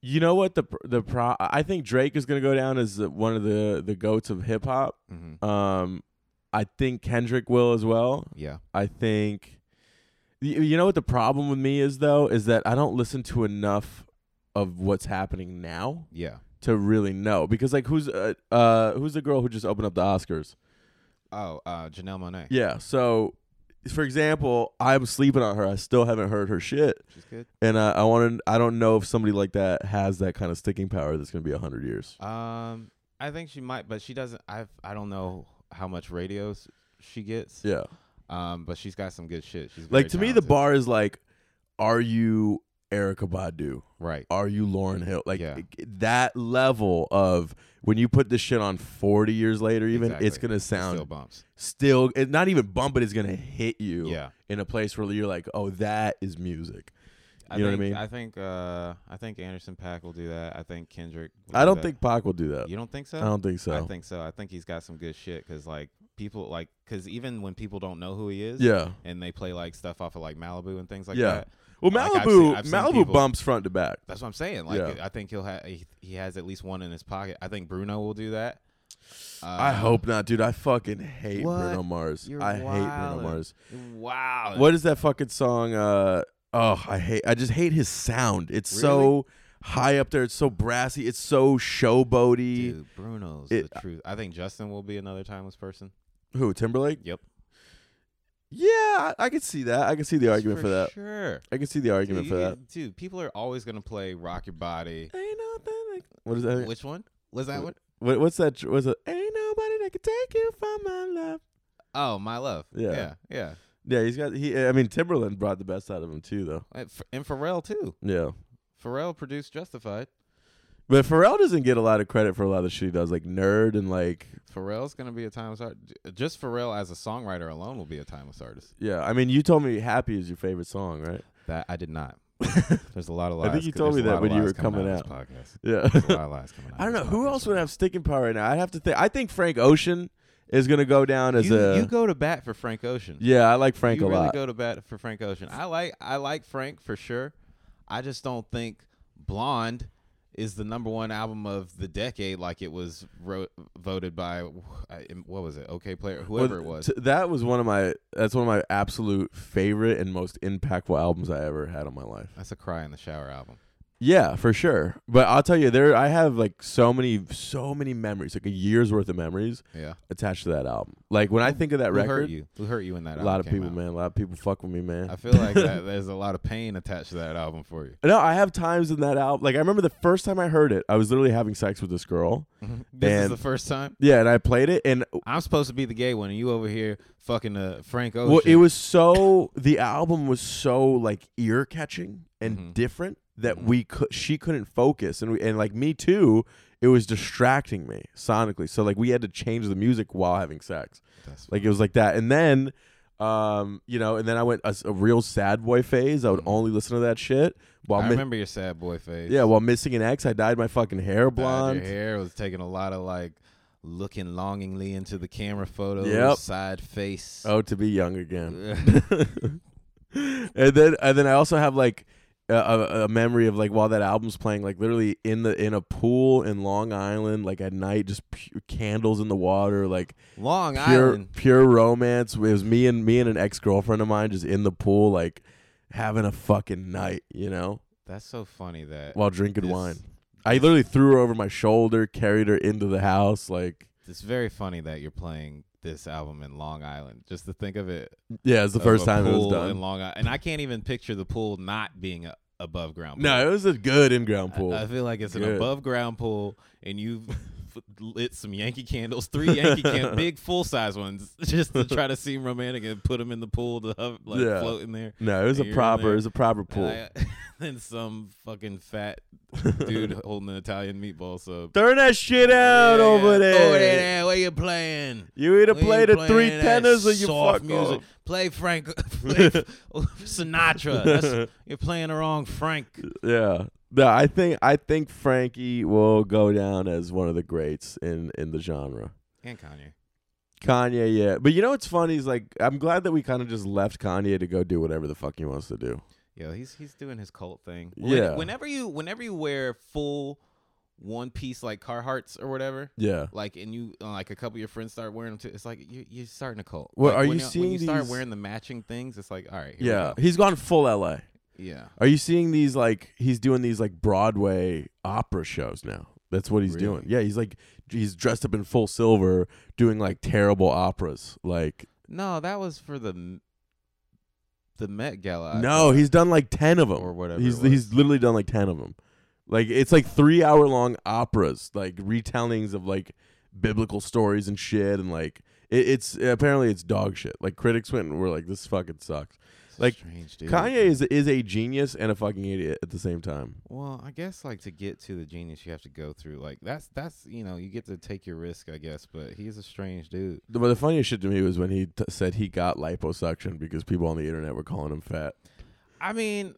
You know what the pr- the pro I think Drake is going to go down as the- one of the the goats of hip hop. Mm-hmm. Um I think Kendrick will as well. Yeah. I think y- you know what the problem with me is though is that I don't listen to enough of what's happening now Yeah. to really know because like who's uh, uh who's the girl who just opened up the Oscars? Oh, uh, Janelle Monet. Yeah, so for example, I'm sleeping on her. I still haven't heard her shit, She's good. and I, I want to. I don't know if somebody like that has that kind of sticking power that's gonna be hundred years. Um, I think she might, but she doesn't. I I don't know how much radios she gets. Yeah, Um, but she's got some good shit. She's very like to me, the talented. bar is like, are you Erica Badu? Right. are you Lauren Hill? Like Yeah. that level of when you put this shit on 40 years later, even it's Exactly. gonna It still sound bumps. still, it not even bump, but it's gonna hit you Yeah. in a place where you're like, oh, that is music. I You know what I mean? think, I think uh, I think Anderson Pack will do that. I think Kendrick. will I do don't that. think Pac will do that. you don't think so. I don't think so. I think so. I think he's got some good shit because like people like because even when people don't know who he is, yeah. and they play like stuff off of like Malibu and things like Yeah. that. Well, Like, I've Malibu, seen- I've seen Malibu people- bumps front to back. That's what I'm saying. Like Yeah. I think he'll have he, he has at least one in his pocket. I think Bruno will do that. Uh, I hope not, dude. I fucking hate What? Bruno Mars. You're I hate Bruno wildin'. Mars. Wow. What is that fucking song? Uh, oh, I hate. I just hate his sound. It's so high up there. It's so brassy. It's so showboaty. Dude, Bruno's It- the truth. I think Justin will be another timeless person. Who? Timberlake? Yep. Yeah, I, I could see that. I could see the argument for, that. Sure. I could see the argument dude, Uh, for you- that. dude, people are always gonna play "Rock Your Body." Ain't nothing. Like, what is that? Which one was that Wh- one? What, what's that? tr- What's that? Ain't nobody that can take you from my love. Oh, my love. Yeah. yeah, yeah. Yeah, he's got. He. I mean, Timberland brought the best out of him too, though. And Ph- and Pharrell too. Yeah. Pharrell produced "Justified." But Pharrell doesn't get a lot of credit for a lot of the shit he does, like Nerd and like. Pharrell's gonna be a timeless artist. Just Pharrell as a songwriter alone will be a timeless artist. Yeah, I mean, you told me "Happy" is your favorite song, right? That I did not. There's a lot of I lies. think you co- told there's me a that lot of when you lies were coming out. of this podcast. Yeah. There's a lot of lies coming out. I don't know of this who podcast. else would have sticking power right now. I'd have to think. I think Frank Ocean is gonna go down as You, a. you go to bat for Frank Ocean. yeah, I like Frank you a really lot. go to bat for Frank Ocean. I like I like Frank for sure. I just don't think Blonde is the number one album of the decade, like it was ro- voted by I- what was it? OK Player, Well, whoever it was. t- that was one of my. That's one of my absolute favorite and most impactful albums I ever had in my life. That's a cry in the shower album. Yeah, for sure. But I'll tell you, there I have like so many, so many memories, like a year's worth of memories Yeah, attached to that album. Like when I think of that who hurt record, you? Who hurt you in that? a lot of album came people, out? man, a lot of people fuck with me, man. I feel like that, there's a lot of pain attached to that album for you. No, I have times in that album. Like I remember the first time I heard it, I was literally having sex with this girl. This is Mm-hmm. And- the first time Yeah, and I played it, and I'm supposed to be the gay one, and you over here fucking uh, Frank Ocean. well, it was so the album was so like ear catching and Mhm. different that Mhm. we could she couldn't focus, and we, and like me too, it was distracting me sonically. So like we had to change the music while having sex. That's- Like it was like that, and then, um, you know, and then I went a, s- a real sad boy phase. I would Mhm. only listen to that shit while I mi- remember your sad boy face. oh, yeah, while missing an ex. I dyed my fucking hair Dyed blonde. Your hair was taking a lot of like looking longingly into the camera photos. Yep. Side face. Oh, to be young again. and then and then I also have like a, a, a memory of like while that album's playing, like literally in the in a pool in Long Island, like at night, just pu- candles in the water, like Long pure Island. pure romance. It was me and me and an ex girlfriend of mine just in the pool, like having a fucking night, you know, That's so funny that while drinking this- wine. I literally threw her over my shoulder, carried her into the house, like It's very funny that you're playing this album in Long Island. Just to think of it. yeah, it's the of first a time it was pool done. in Long Island, and I can't even picture the pool not being a above ground. pool. No, it was a good in ground I- pool. I, feel like it's an Good. above ground pool, and you've f- lit some Yankee candles, three Yankee can big full size ones, just to try to seem romantic and put them in the pool to hov- like Yeah. float in there. No, it was a You're in proper, there. it was a proper And pool. I- And some fucking fat dude holding an Italian meatball sub. Turn that shit out Yeah, over there. Over there, where you playing? You either We ain't play the playing three that tenors or you soft fuck music. off. Play Frank, play Sinatra. That's, you're playing the wrong Frank. Yeah. No, I think I think Frankie will go down as one of the greats in in the genre. And Kanye. Kanye, yeah. But you know what's funny is like I'm glad that we kind of just left Kanye to go do whatever the fuck he wants to do. Yo, he's he's doing his cult thing. Yeah. Whenever you whenever you wear full one piece like Carhartts or whatever, Yeah. like and you uh, like a couple of your friends start wearing them too, it's like you you're starting a cult. Well, Like, are when you when seeing you start these- wearing the matching things? It's like all right, here we Yeah. go. He's gone full LA. yeah. Are you seeing these like he's doing these like Broadway opera shows now? That's what he's Really? doing. Yeah, he's like he's dressed up in full silver doing like terrible operas. Like No, that was for the M- the Met Gala. I no, thought. he's done like 10 of them Or whatever He's it was. he's literally done like 10 of them. Like it's like 3 hour long operas, like retellings of like biblical stories and shit and like it, it's apparently it's dog shit. Like critics went and were like this fucking sucks. It's like, strange, dude. Kanye is is a genius and a fucking idiot at the same time. Well, I guess like to get to the genius, you have to go through like that's that's you know you get to take your risk, I guess. But he's a strange dude. The, but the funniest shit to me was when he t- said he got liposuction because people on the internet were calling him fat. I mean,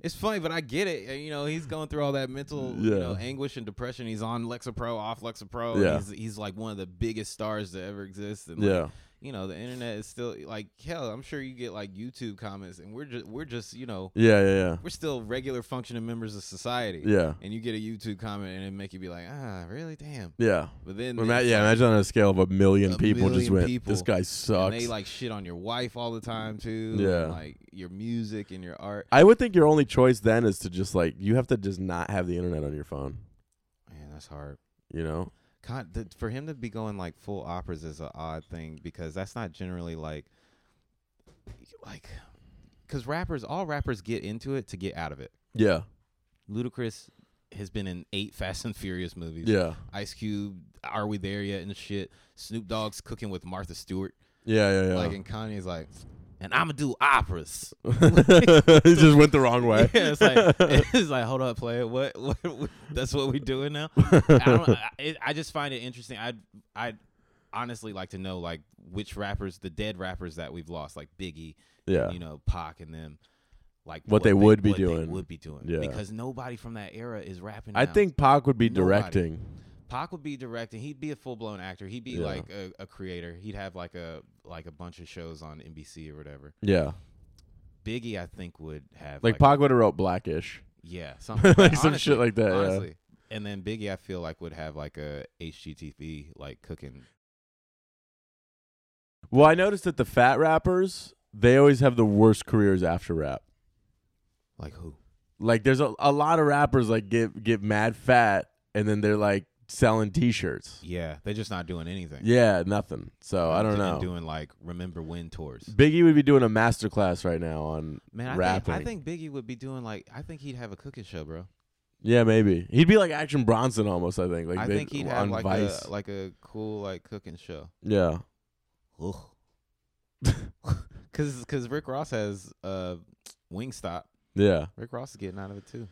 it's funny, but I get it. Uh, You know, he's going through all that mental Yeah. you know, anguish and depression. He's on Lexapro, off Lexapro. and Yeah. He's, he's like one of the biggest stars to ever exist. And like, yeah. you know, the internet is still like hell. I'm sure you get like YouTube comments, and we're just we're just you know Yeah, yeah, we're still regular functioning members of society. yeah. Yeah. And you get a YouTube comment, and it make you be like, ah, really, damn. Yeah. But then, Well, it's ma- yeah, like- imagine on a scale of a million A people just million went, people, this guy and sucks. they like shit on your wife all the time too. Yeah. and, like your music and your art. I would think your only choice then is to just like, you have to just not have the internet on your phone, Man, that's hard. you know? God, th- for him to be going like full operas is an odd thing because that's not generally like, like, because rappers, all rappers get into it to get out of it. Yeah. Ludacris has been in eight Fast and Furious movies. Yeah. Ice Cube, Are We There Yet, and shit. Snoop Dogg's cooking with Martha Stewart. Yeah, yeah, yeah. Like, and Kanye's like, and I'ma do operas. he just went the wrong way. Yeah, it's like it's like hold up, player. What, what, what- That's what we doing now. I, don't, I, it- I just find it interesting. I I honestly like to know like which rappers, the dead rappers that we've lost, like Biggie, Yeah. you know, Pac, and them, like What they would be what doing. They would be doing. Yeah. because nobody from that era is rapping. I now. think Pac would be Nobody. directing. Pac would be directing. He'd be a full blown actor. He'd be Yeah. like a, a creator. He'd have like a like a bunch of shows on NBC or whatever. Yeah. Biggie, I think, would have Like, like Pac would have wrote Blackish. Yeah, something like that. some Honestly, shit like that. Honestly. And then Biggie, I feel like would have like a HGTV like cooking. Yeah. Well, I noticed that the fat rappers, they always have the worst careers after rap. Like who? Like there's a, a lot of rappers like get get mad fat and then they're like selling t-shirts. Yeah, they're just not doing anything. Yeah, nothing. So I don't They're know. Doing like remember when tours. Biggie would be doing a master class right now on Man, I think, rapping. I think Biggie would be doing like I think he'd have a cooking show, bro. yeah, maybe he'd be like Action Bronson almost. I think like I they- think he'd have on like Vice. a like a cool like cooking show. yeah, Ugh. Cause, Cause Rick Ross has uh Wingstop. yeah. Rick Ross is getting out of it too.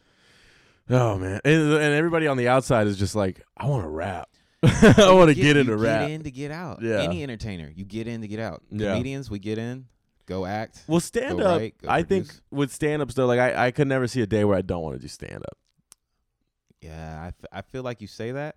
Oh man, and, and everybody on the outside is just like, I want to rap. I want to get, into you rap. Get in to get out. Yeah. Any entertainer, you get in to get out. Yeah. Comedians, we get in, go act. Well, stand up. write, go I think produce. with stand ups though, like I, I could never see a day where I don't want to do stand up. Yeah, I, f- I feel like you say that,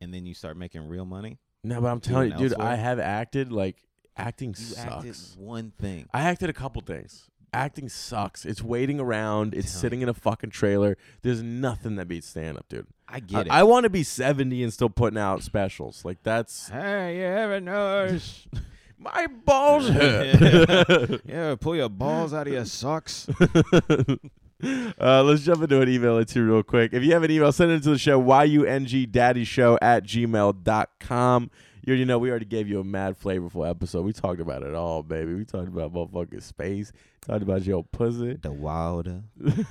and then you start making real money. No, but I'm Do telling it you, dude, elsewhere. I have acted like acting You sucks. acted one thing. I acted a couple things. Acting sucks. It's waiting around. It's Telling sitting in a fucking trailer. There's nothing that beats stand up, dude. I get I, it. want to be 70 and still putting out specials. Like that's hey, you ever notice? my balls hurt. hurt. you ever pull your balls out of your socks? Uh, let's jump into an email or two real quick. If you have an email, send it to the show, yungdaddyshow at gmail.com. You already know we already gave you a mad flavorful episode. We talked about it all, baby. We talked about motherfucking space, talked about your pussy. The wilder.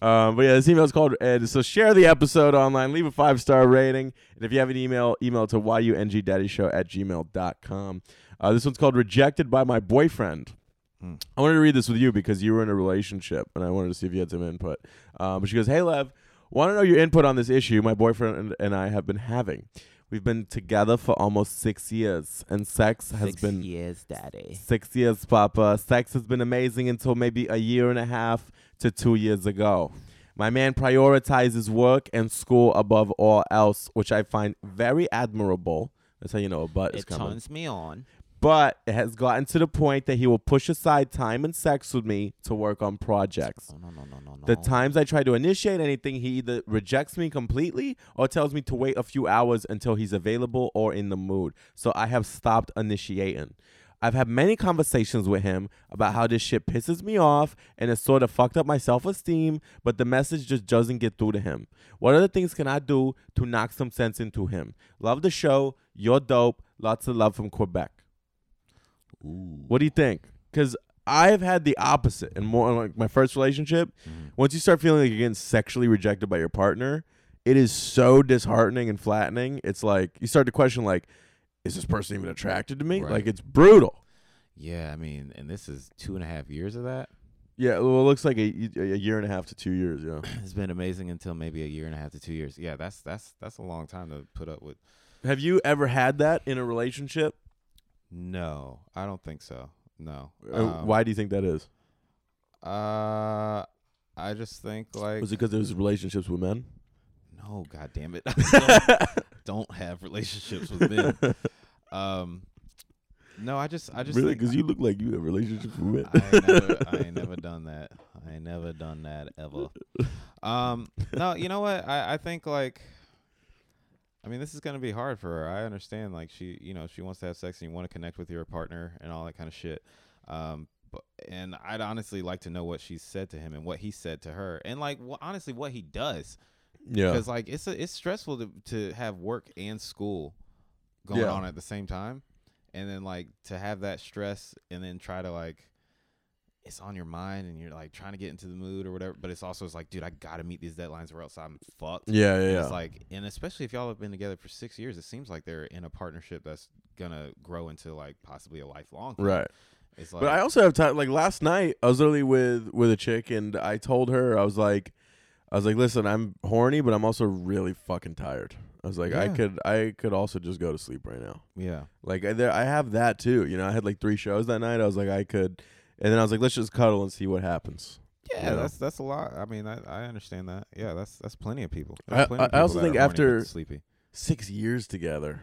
um, but yeah, this email is called Ed. So share the episode online, leave a five star rating. And if you have an email, email to yungdaddyshow at gmail.com. Uh, this one's called Rejected by My Boyfriend. Mm. I wanted to read this with you because you were in a relationship and I wanted to see if you had some input. Um, but she goes, Hey, Lev, want to know your input on this issue my boyfriend and, and I have been having. We've been together for almost six years, and sex has been years, daddy. Six years, Papa. Sex has been amazing until maybe a year and a half to two years ago. My man prioritizes work and school above all else, which I find very admirable. That's how you know a butt is It coming. turns me on. But it has gotten to the point that he will push aside time and sex with me to work on projects. Oh, no, no, no, no, no. The times I try to initiate anything, he either rejects me completely or tells me to wait a few hours until he's available or in the mood. So I have stopped initiating. I've had many conversations with him about how this shit pisses me off and has sort of fucked up my self esteem, but the message just doesn't get through to him. What other things can I do to knock some sense into him? Love the show. You're dope. Lots of love from Quebec. Ooh. What do you think? Because I've had the opposite, and more like my first relationship. Mm-hmm. Once you start feeling like you're getting sexually rejected by your partner, it is so disheartening and flattening. It's like you start to question, like, is this person even attracted to me? Right. Like, it's brutal. Yeah, I mean, and this is two and a half years of that. Yeah, well, it looks like a, a year and a half to two years. Yeah, It's been amazing until maybe a year and a half to two years. Yeah, that's that's that's a long time to put up with. have you ever had that in a relationship? No, I don't think so. No. Uh, Um, Why do you think that is? Uh, I just think like Was it because of his relationships with men? no, god damn it, I don't, don't have relationships with men. Um, no, I just I just really? think Because you look like you have relationships with men. I ain't never, I ain't never done that. I ain't never done that ever. Um, no, you know what? I, I think like, I mean, this is gonna be hard for her. I understand like she, you know, she wants to have sex and you want to connect with your partner and all that kind of shit. Um, but, and I'd honestly like to know what she said to him and what he said to her and like wh- honestly what he does yeah. because like it's a, it's stressful to to have work and school going Yeah. on at the same time, and then like to have that stress and then try to like it's on your mind and you're like trying to get into the mood or whatever. But it's also it's like, dude, I gotta meet these deadlines or else I'm fucked. Yeah, yeah, And yeah. It's like, and especially if y'all have been together for six years, it seems like they're in a partnership that's gonna grow into like possibly a lifelong. thing. right. It's like, But I also have time. Like last night, I was literally with with a chick, and I told her I was like, I was like, listen, I'm horny, but I'm also really fucking tired. I was like, I Yeah. could I could also just go to sleep right now. yeah, Like I, there, I have that too. You know, I had like three shows that night. I was like, I could, and then I was like, let's just cuddle and see what happens. yeah, Yeah. that's that's a lot. I mean, I, I understand that. Yeah, that's that's plenty of people. I- There's I- plenty of I people also that think are horny but after- sleepy. Six years together.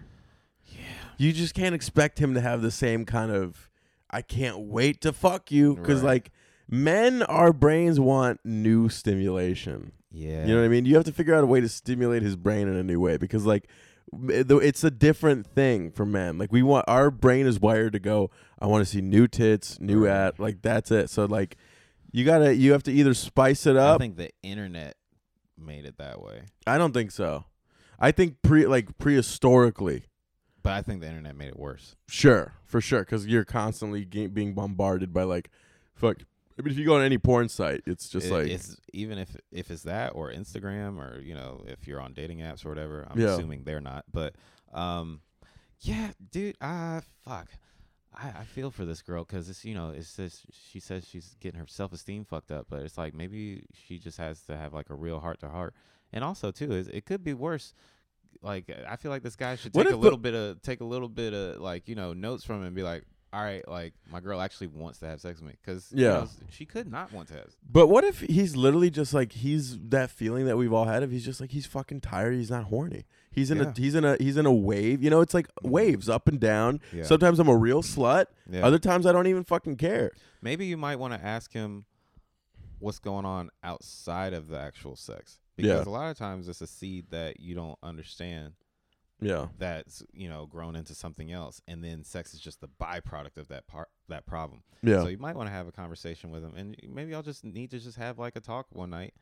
Yeah. You just can't expect him to have the same kind of I can't wait to fuck you because Right. like men, our brains want new stimulation. Yeah. You know what I mean? You have to figure out a way to stimulate his brain in a new way because like m- though it's a different thing for men. Like we want our brain is wired to go I want to see new tits, new Right. at, like that's it. So like you got to you have to either spice it I up. think the internet made it that way. I don't think so. I think pre like prehistorically But I think the internet made it worse. Sure, for sure, because you're constantly ge- being bombarded by like, fuck. I mean, if you go on any porn site, it's just It- like, it's even if if it's that or Instagram or you know if you're on dating apps or whatever. I'm Yeah. assuming they're not, but um, yeah, dude, ah, fuck. I, I feel for this girl because it's you know it's just she says she's getting her self esteem fucked up, but it's like maybe she just has to have like a real heart to heart, and also too is it could be worse. Like I feel like this guy should What take a if the- little bit of take a little bit of like you know notes from him and be like, all right, like my girl actually wants to have sex with me because Yeah. she could not want to have but what if he's literally just like he's that feeling that we've all had of he's just like he's fucking tired, he's not horny, he's in Yeah. Mm-hmm. a he's in a he's in a wave, you know, it's like waves up and down. Yeah. Sometimes I'm a real slut, Yeah. other times I don't even fucking care. Maybe you might want to ask him what's going on outside of the actual sex. Yeah. Because a lot of times it's a seed that you don't understand Yeah, that's, you know, grown into something else and then sex is just the byproduct of that part that problem. yeah, So you might want to have a conversation with him and maybe y'all just need to just have like a talk one night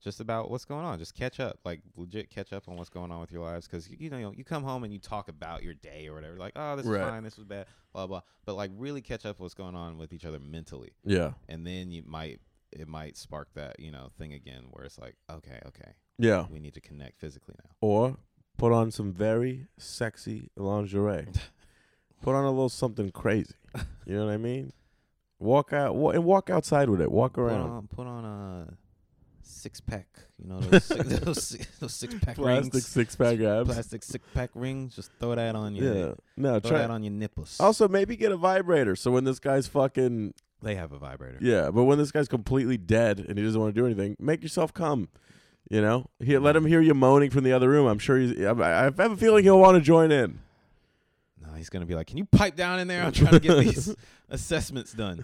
just about what's going on. Just catch up, like legit catch up on what's going on with your lives cuz you know, you come home and you talk about your day or whatever like, "Oh, this was Right. fine, this was bad, blah blah." But like really catch up what's going on with each other mentally yeah, and then you might it might spark that you know thing again where it's like okay okay yeah. we need to connect physically now Or put on some very sexy lingerie. put on a little something crazy. You know what I mean? Walk out wa- and walk outside with it. Walk put around. on, put on a six pack you know those six, those, six, those six pack Plastic rings six pack abs. plastic six pack rings just throw that on your yeah. No, throw try. that on your nipples Also, maybe get a vibrator. So when this guy's fucking they have a vibrator yeah, but when this guy's completely dead and he doesn't want to do anything, make yourself come. You know, he, let him hear you moaning from the other room. I'm sure he's. I, I have a feeling he'll want to join in. no he's gonna be like can you pipe down in there i'm trying to get these assessments done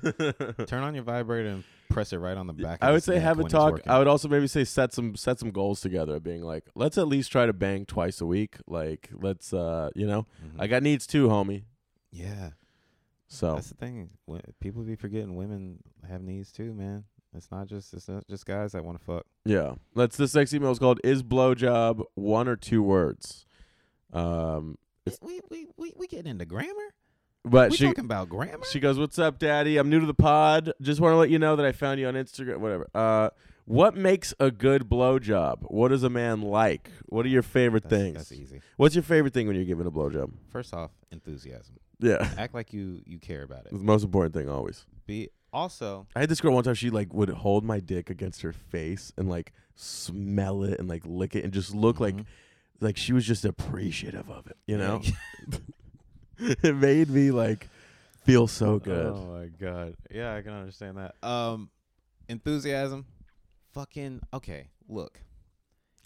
turn on your vibrator and press it right on the back of I the would say snack have a when it's talk. working. I would also maybe say set some set some goals together, being like, let's at least try to bang twice a week. Like, let's uh, you know, Mhm. I Oh. got needs too, homie. yeah So That's the thing. Wo- People be forgetting women have needs too, man. It's not just it's not just guys that want to fuck. yeah, let's. This next email is called "Is blowjob one or two words?" Um, It's- we we we we getting into grammar. but we she talking about grammar. she goes, "What's up, Daddy? I'm new to the pod. Just want to let you know that I found you on Instagram. Whatever. Uh, what makes a good blowjob? What does a man like? What are your favorite that's, things? That's easy. What's your favorite thing when you're giving a blowjob? First off, enthusiasm. Yeah, Act like you you care about it's it. the most important thing always." Be also I had this girl one time. She like would hold my dick against her face and like smell it and like lick it and just look like Mhm. like she was just appreciative of it. You know, it made me like feel so Oh, good. Oh my god. Yeah, I can understand that. Um, enthusiasm, fucking okay. Look,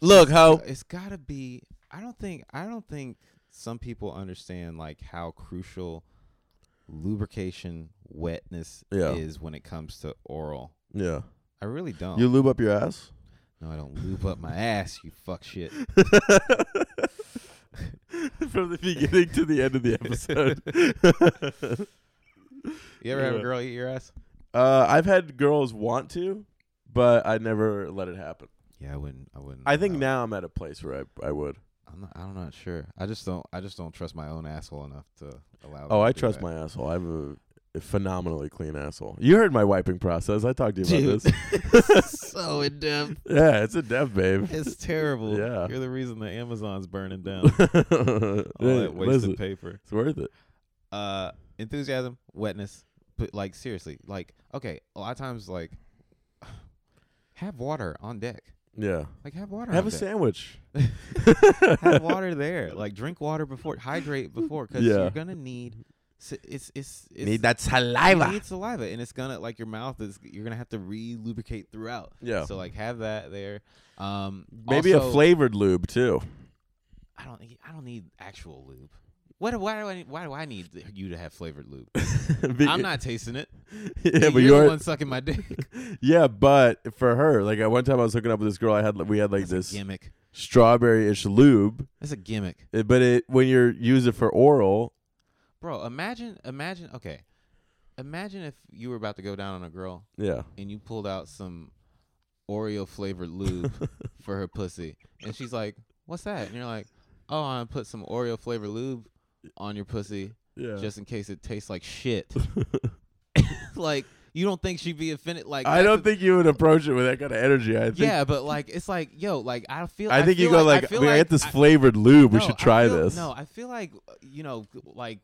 Look, ho. it's got to be. I don't think. I don't think some people understand like how crucial lubrication wetness Yeah. is when it comes to oral. Yeah. I really don't. You lube up your ass? no, I don't lube up my ass. You fuck shit. From the beginning to the end of the episode. You ever have a Yeah. girl eat your ass? uh, I've had girls want to, but I never let it happen. Yeah, I wouldn't. I wouldn't. I think allow it. now I'm at a place where I, I would. I'm not, I'm not sure. I just don't. I just don't trust my own asshole enough to allow. them Oh, to I do trust that. my asshole. I have a, a phenomenally clean asshole. You heard my wiping process. I talked to you about this. so in depth. Yeah, it's a dev, babe. It's terrible. Yeah. you're the reason the Amazon's burning down. All Hey, that wasted listen, paper. it's worth it. Uh, enthusiasm, wetness, but like seriously, like okay, a lot of times like have water on deck. Yeah. Like have water. Have on a deck. sandwich. have water there. Like drink water before, hydrate before, because Yeah. you're gonna need. s- It's it's, it's that You saliva. need saliva, and it's gonna like your mouth is. You're gonna have to re-lubricate throughout. Yeah. So like have that there. Um, Maybe also, a flavored lube too. I don't. need- I don't need actual lube. What? do- Why do I? Why do I need th- you to have flavored lube? I'm not tasting it. Yeah, but you're you're. the one sucking my dick. Yeah, but for her, like at one time I was hooking up with this girl. I had we had like That's this a gimmick. strawberry-ish lube, That's a gimmick, eh, but it when you're use it for oral, bro. Imagine. Imagine. Okay. Imagine if you were about to go down on a girl yeah, and you pulled out some Oreo flavored lube for her pussy, and she's like, "What's that?" And you're like, "Oh, I put some Oreo flavored lube on your pussy yeah. just in case it tastes like shit." like, you don't think she'd be offended? Like, I that's don't a- think you would approach it with that kind of energy. I think. Yeah, but like, it's like, yo, like, I feel. I think you feel go like, like, feel we like got this I- flavored lube. we no, should I try feel- this. No, I feel like uh, you know, like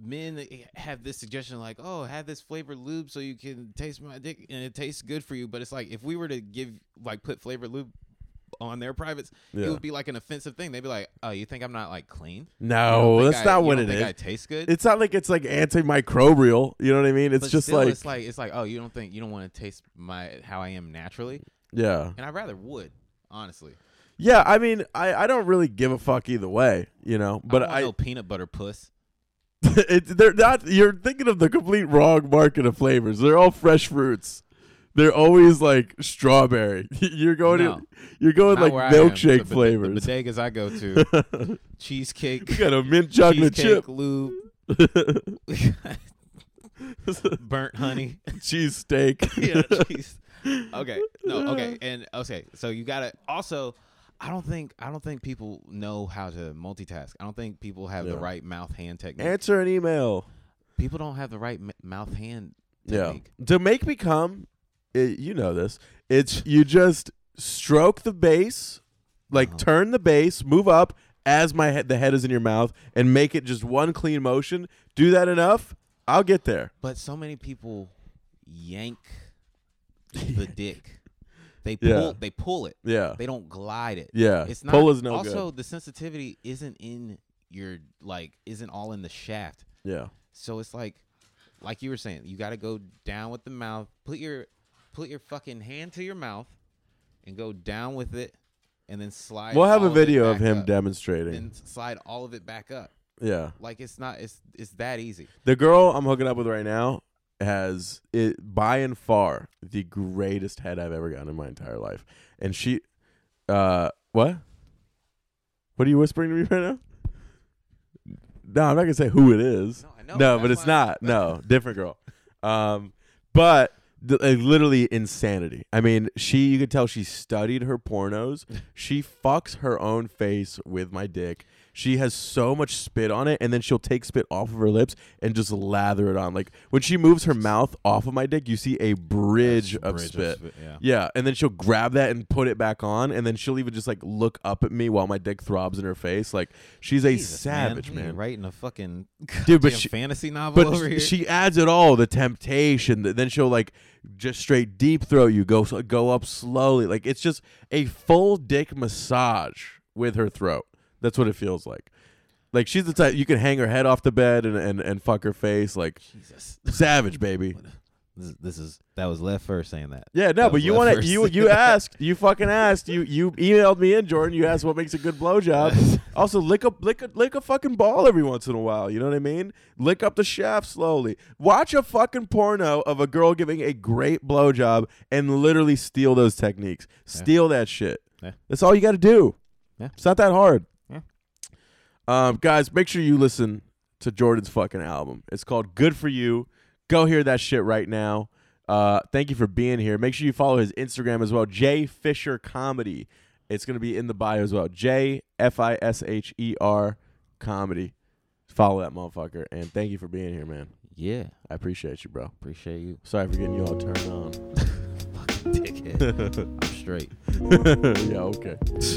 men have this suggestion, like, oh, have this flavored lube so you can taste my dick and it tastes good for you. But it's like if we were to give like put flavored lube on their privates, Yeah. it would be like an offensive thing. They'd be like, oh, you think I'm not like clean? You don't No, think Oh, that's I- not you what don't it think I is. taste good. It's not like it's like antimicrobial. You know what I mean? It's But just still, like, it's like it's like oh, you don't think you don't want to taste my how I am naturally, yeah, and I rather would honestly. yeah. I mean, I I don't really give a fuck either way. You know, but don't want I, no peanut butter puss. it's they're not. You're thinking of the complete wrong market of flavors. They're all fresh fruits. They're always like strawberry. You're going No. to, you're going Not like where I am. milkshake The bode- flavors. The bodegas I go to, cheesecake, you got a mint chocolate cheesecake chip, lube, burnt honey. cheese steak. yeah, cheese. Okay, no, okay, and okay. So you gotta also. I don't think I don't think people know how to multitask. I don't think people have the Yeah. right mouth hand technique. Answer an email. people don't have the right m- mouth hand Yeah. technique. To make me come, it, you know this. It's you just stroke the bass, like Uh-huh. turn the bass, move up as my head, the head is in your mouth, and make it just one clean motion. Do that enough, I'll get there. But so many people yank the dick. They pull. Yeah. They pull it. Yeah, They don't glide it. yeah. It's not Pull is no also the sensitivity isn't in your like isn't all in the shaft. good. Yeah, So it's like like you were saying, you gotta go down with the mouth, put your put your fucking hand to your mouth and go down with it and then slide we'll have all a it video of back him up, demonstrating. and slide all of it back up. yeah, Like it's not it's it's that easy. the girl I'm hooking up with right now has it by and far the greatest head I've ever gotten in my entire life, and she, uh, what? What are you whispering to me right now? No, I'm not gonna say who it is. No, I know. no, that's but it's why- not. No, different girl. Um, but th- uh, literally insanity. I mean, she you could tell she studied her pornos. She fucks her own face with my dick. She has so much spit on it, and then she'll take spit off of her lips and just lather it on. Like when she moves her mouth off of my dick, you see a bridge, of, Bridge spit. yeah. Yeah, and then she'll grab that and put it back on, and then she'll even just like look up at me while my dick throbs in her face. Like she's a Jesus, savage Hey, man. you're writing a fucking Dude, but goddamn she- fantasy novel But over here. she adds it all the temptation. That then she'll like just straight deep throw you. Go go up slowly. Like it's just a full dick massage with her throat. That's what it feels like. Like she's the type you can hang her head off the bed and and, and fuck her face. Like Jesus. savage baby. This, this is that was left first saying that. Yeah, no, That but was you my want to first you you asked you fucking asked you you emailed me in Jordan. You asked what makes a good blowjob. also, lick up lick a, lick a fucking ball every once in a while. You know what I mean? Lick up the shaft slowly. Watch a fucking porno of a girl giving a great blowjob and literally steal those techniques. Steal that shit. Yeah. That's all you got to do. Yeah. It's not that hard. Yeah. Um, guys, make sure you listen to Jordan's fucking album. It's called Good for You. Go hear that shit right now. Uh, thank you for being here. Make sure you follow his Instagram as well, J Fisher Comedy. It's gonna be in the bio as well, J F I S H E R Comedy. Follow that motherfucker, and thank you for being here, man. Yeah, I appreciate you, bro. appreciate you, Sorry for getting you all turned on. fucking dickhead. I'm straight. yeah, okay.